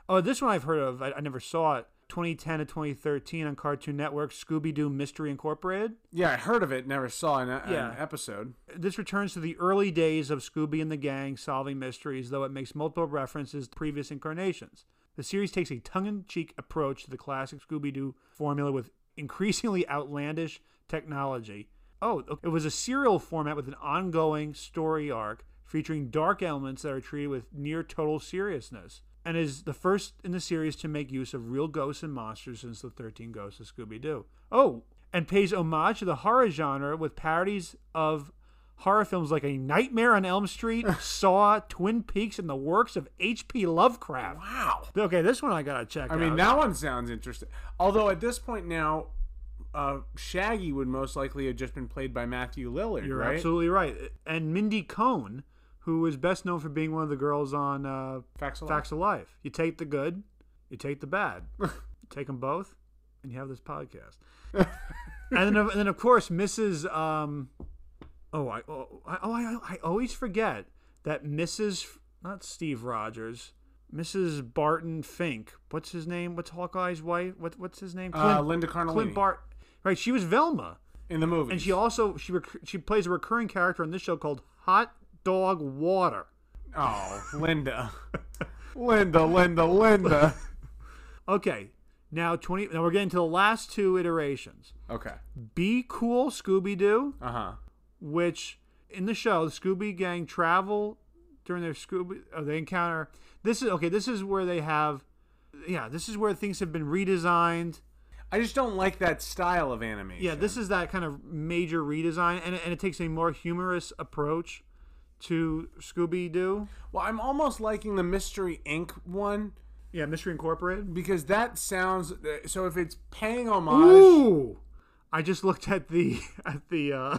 Speaker 1: Oh, this one I've heard of. I, I never saw it. 2010 to 2013 on Cartoon Network, Scooby Doo Mystery Incorporated.
Speaker 2: Yeah, I heard of it, never saw an, an
Speaker 1: Yeah.
Speaker 2: episode.
Speaker 1: This returns to the early days of Scooby and the gang solving mysteries, though it makes multiple references to previous incarnations. The series takes a tongue in cheek approach to the classic Scooby Doo formula with increasingly outlandish technology. Oh, okay. it was a serial format with an ongoing story arc featuring dark elements that are treated with near total seriousness. and is the first in the series to make use of real ghosts and monsters since the 13 Ghosts of Scooby Doo. Oh, and pays homage to the horror genre with parodies of horror films like A Nightmare on Elm Street, Saw, Twin Peaks, and the works of H.P. Lovecraft.
Speaker 2: Wow.
Speaker 1: Okay, this one I gotta check
Speaker 2: I mean,
Speaker 1: out.
Speaker 2: that one sounds interesting. Although at this point now, uh, Shaggy would most likely have just been played by Matthew Lillard,
Speaker 1: You're
Speaker 2: right?
Speaker 1: absolutely right. And Mindy Cohn, who is best known for being one of the girls on uh,
Speaker 2: Facts alive.
Speaker 1: Facts of Life. You take the good, you take the bad, you take them both, and you have this podcast. and, then, and then, of course, Mrs. Um, oh, I oh, I, oh I, I always forget that Mrs. Not Steve Rogers, Mrs. Barton Fink. What's his name? What's Hawkeye's wife? What, what's his name?
Speaker 2: Uh, Linda Carnellini
Speaker 1: Clint Bart. Right, she was Velma.
Speaker 2: in the movie.
Speaker 1: And she also she rec- she plays a recurring character on this show called Hot Dog Water.
Speaker 2: oh, Linda, Linda, Linda, Linda.
Speaker 1: Okay, now twenty. Now we're getting to the last two iterations.
Speaker 2: Okay.
Speaker 1: Be cool, Scooby Doo,
Speaker 2: Uh huh.
Speaker 1: which in the show the Scooby Gang travel during their Scooby uh, they encounter. This is okay. This is where they have, yeah. This is where things have been redesigned.
Speaker 2: I just don't like that style of animation.
Speaker 1: Yeah, this is that kind of major redesign, and it- and it takes a more humorous approach to Scooby Doo.
Speaker 2: Well, I'm almost liking the Mystery Inc. one
Speaker 1: Yeah, Mystery Incorporated.
Speaker 2: because that sounds. So if it's paying homage
Speaker 1: Ooh! I just looked at the at the uh,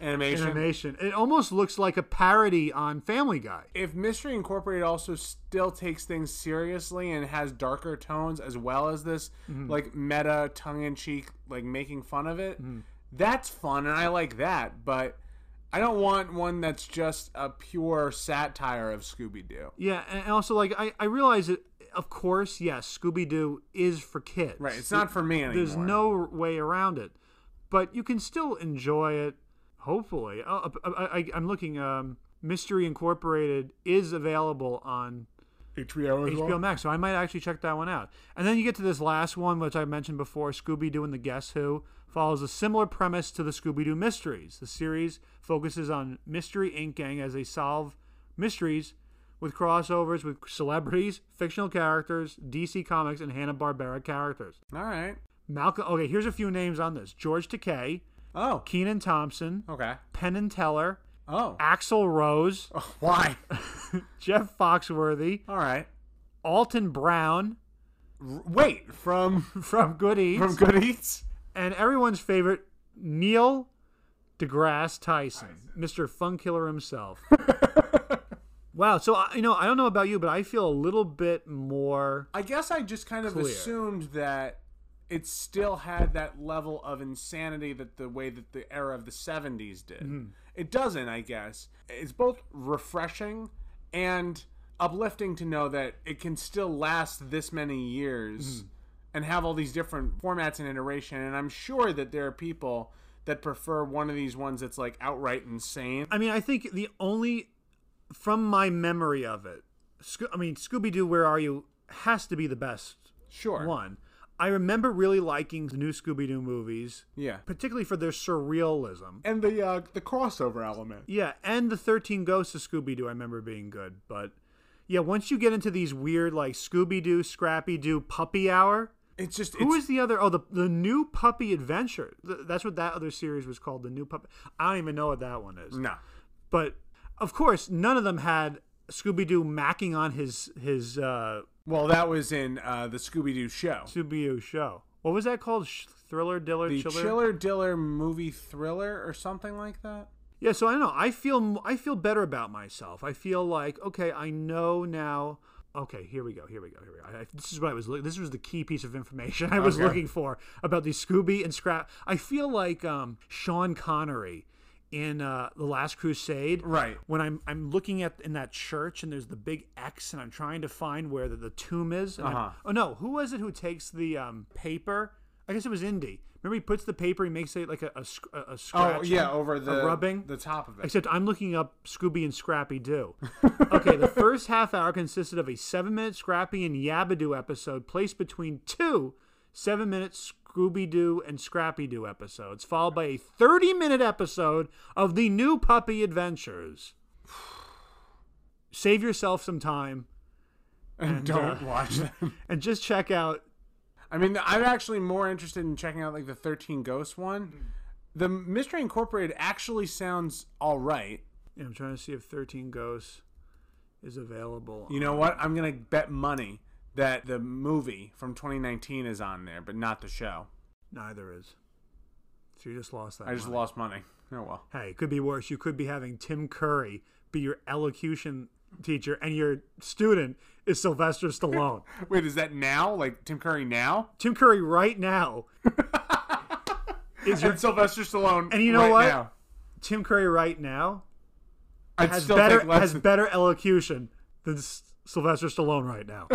Speaker 2: animation,
Speaker 1: animation. It almost looks like a parody on Family Guy.
Speaker 2: if Mystery Incorporated also still takes things seriously and has darker tones as well as this
Speaker 1: Mm-hmm.
Speaker 2: like meta tongue in cheek like making fun of it,
Speaker 1: Mm-hmm.
Speaker 2: that's fun and I like that, but I don't want one that's just a pure satire of Scooby Doo.
Speaker 1: Yeah, and and also like I I realize that of course yes Scooby Doo is for kids.
Speaker 2: Right, it's not for me anymore.
Speaker 1: There's no way around it, but you can still enjoy it. Hopefully, oh, I, I, I- I'm looking. Um, Mystery Incorporated is available on
Speaker 2: HBO
Speaker 1: HBO Max, so I might actually check that one out. And then you get to this last one, which I mentioned before Scooby Doo and the Guess Who follows a similar premise to the Scooby Doo Mysteries. The series focuses on Mystery Inc. Gang as they solve mysteries with crossovers with celebrities, fictional characters, DC Comics, and Hanna-Barbera characters.
Speaker 2: All right.
Speaker 1: Malcolm, okay, here's a few names on this George Takei,
Speaker 2: Oh.
Speaker 1: Keenan Thompson,
Speaker 2: Okay.
Speaker 1: Penn and Teller,
Speaker 2: Oh.
Speaker 1: Axel Rose,
Speaker 2: Oh, Why?
Speaker 1: Jeff Foxworthy,
Speaker 2: All right.
Speaker 1: Alton Brown
Speaker 2: R- Wait, from
Speaker 1: from Good Eats.
Speaker 2: from Good Eats?
Speaker 1: and everyone's favorite Neil deGrasse Tyson, Mr. Fun Killer himself. wow, so I, you know, I don't know about you, but I feel a little bit more.
Speaker 2: I guess I just kind of
Speaker 1: Clear.
Speaker 2: assumed that it still had that level of insanity that the way that the era of the 70s did.
Speaker 1: Mm-hmm.
Speaker 2: It doesn't, I guess. It's both refreshing and uplifting to know that it can still last this many years
Speaker 1: Mm-hmm.
Speaker 2: and have all these different formats and iteration and I'm sure that there are people that prefer one of these ones that's like outright insane.
Speaker 1: I mean, I think the only from my memory of it, Sco- I mean, Scooby Doo, Where Are You has to be the best
Speaker 2: Sure.
Speaker 1: one. I remember really liking the new Scooby Doo movies,
Speaker 2: Yeah.
Speaker 1: particularly for their surrealism.
Speaker 2: And the uh, the crossover element.
Speaker 1: Yeah, and the Thirteen Ghosts of Scooby Doo I remember being good, but yeah, once you get into these weird like Scooby Doo, Scrappy Doo, Puppy Hour.
Speaker 2: It's just
Speaker 1: Who
Speaker 2: it's,
Speaker 1: is the other? Oh, the the New Puppy Adventure. Th- That's what that other series was called, the New Puppy. I don't even know what that one is.
Speaker 2: no.
Speaker 1: But of course, none of them had Scooby Doo macking on his his uh,
Speaker 2: Well, that was in uh, the Scooby Doo show.
Speaker 1: Scooby Doo show. What was that called? Sh- Thriller, Diller,
Speaker 2: The
Speaker 1: Chiller.
Speaker 2: Chiller? Diller movie thriller or something like that.
Speaker 1: Yeah, so I don't know. I feel m- I feel better about myself. I feel like okay, I know now. Okay, here we go. Here we go. Here we go. I, I- this is what I was. Look- this was the key piece of information I was
Speaker 2: Okay.
Speaker 1: looking for about the Scooby and Scrap. I feel like um, Sean Connery in uh, the Last Crusade.
Speaker 2: Right.
Speaker 1: When I'm I'm looking at in that church and there's the big X and I'm trying to find where the, the tomb is. and I'm-
Speaker 2: Uh-huh.
Speaker 1: Oh no, who was it who takes the um, paper? I guess it was Indy. Remember, he puts the paper. He makes it like a a, sc- a- a
Speaker 2: Oh
Speaker 1: scratch.
Speaker 2: yeah, over the
Speaker 1: rubbing?
Speaker 2: the top of it.
Speaker 1: Except I'm looking up Scooby and Scrappy Doo. okay, the first half hour consisted of a seven minute Scrappy and Yabadoo episode placed between two seven minute Scooby Doo and Scrappy Doo episodes, followed by a 30 minute episode of The New Puppy Adventures. Save yourself some time
Speaker 2: and uh, don't watch them.
Speaker 1: and just check out
Speaker 2: I mean, I'm actually more interested in checking out like the 13 Ghosts one. The Mystery Incorporated actually sounds all right.
Speaker 1: Yeah, I'm trying to see if 13 Ghosts is available.
Speaker 2: You know what? I'm gonna bet money that the movie from 2019 is on there, but not the show.
Speaker 1: Neither is. So you just lost that.
Speaker 2: I just
Speaker 1: one.
Speaker 2: lost money. Oh well.
Speaker 1: Hey, it could be worse. You could be having Tim Curry be your elocution teacher, and your student is Sylvester Stallone.
Speaker 2: Wait, is that now? Like Tim Curry now?
Speaker 1: Tim Curry right now is your
Speaker 2: And Sylvester Stallone.
Speaker 1: And you know
Speaker 2: right
Speaker 1: what?
Speaker 2: Now.
Speaker 1: Tim Curry right now
Speaker 2: I'd
Speaker 1: has
Speaker 2: still
Speaker 1: better
Speaker 2: take less
Speaker 1: has
Speaker 2: than-
Speaker 1: better elocution than S- Sylvester Stallone right now.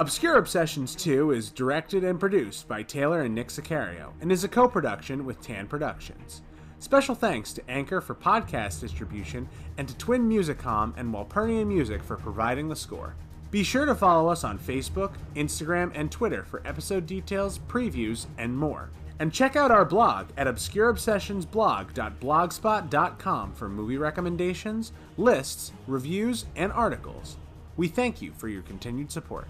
Speaker 2: Obscure Obsessions 2 is directed and produced by Taylor and Nick Sicario and is a co production with Tan Productions. Special thanks to Anchor for podcast distribution and to Twin Musicom and Walpurnia Music for providing the score. Be sure to follow us on Facebook, Instagram, and Twitter for episode details, previews, and more. And check out our blog at obscureobsessionsblog.blogspot.com for movie recommendations, lists, reviews, and articles. We thank you for your continued support.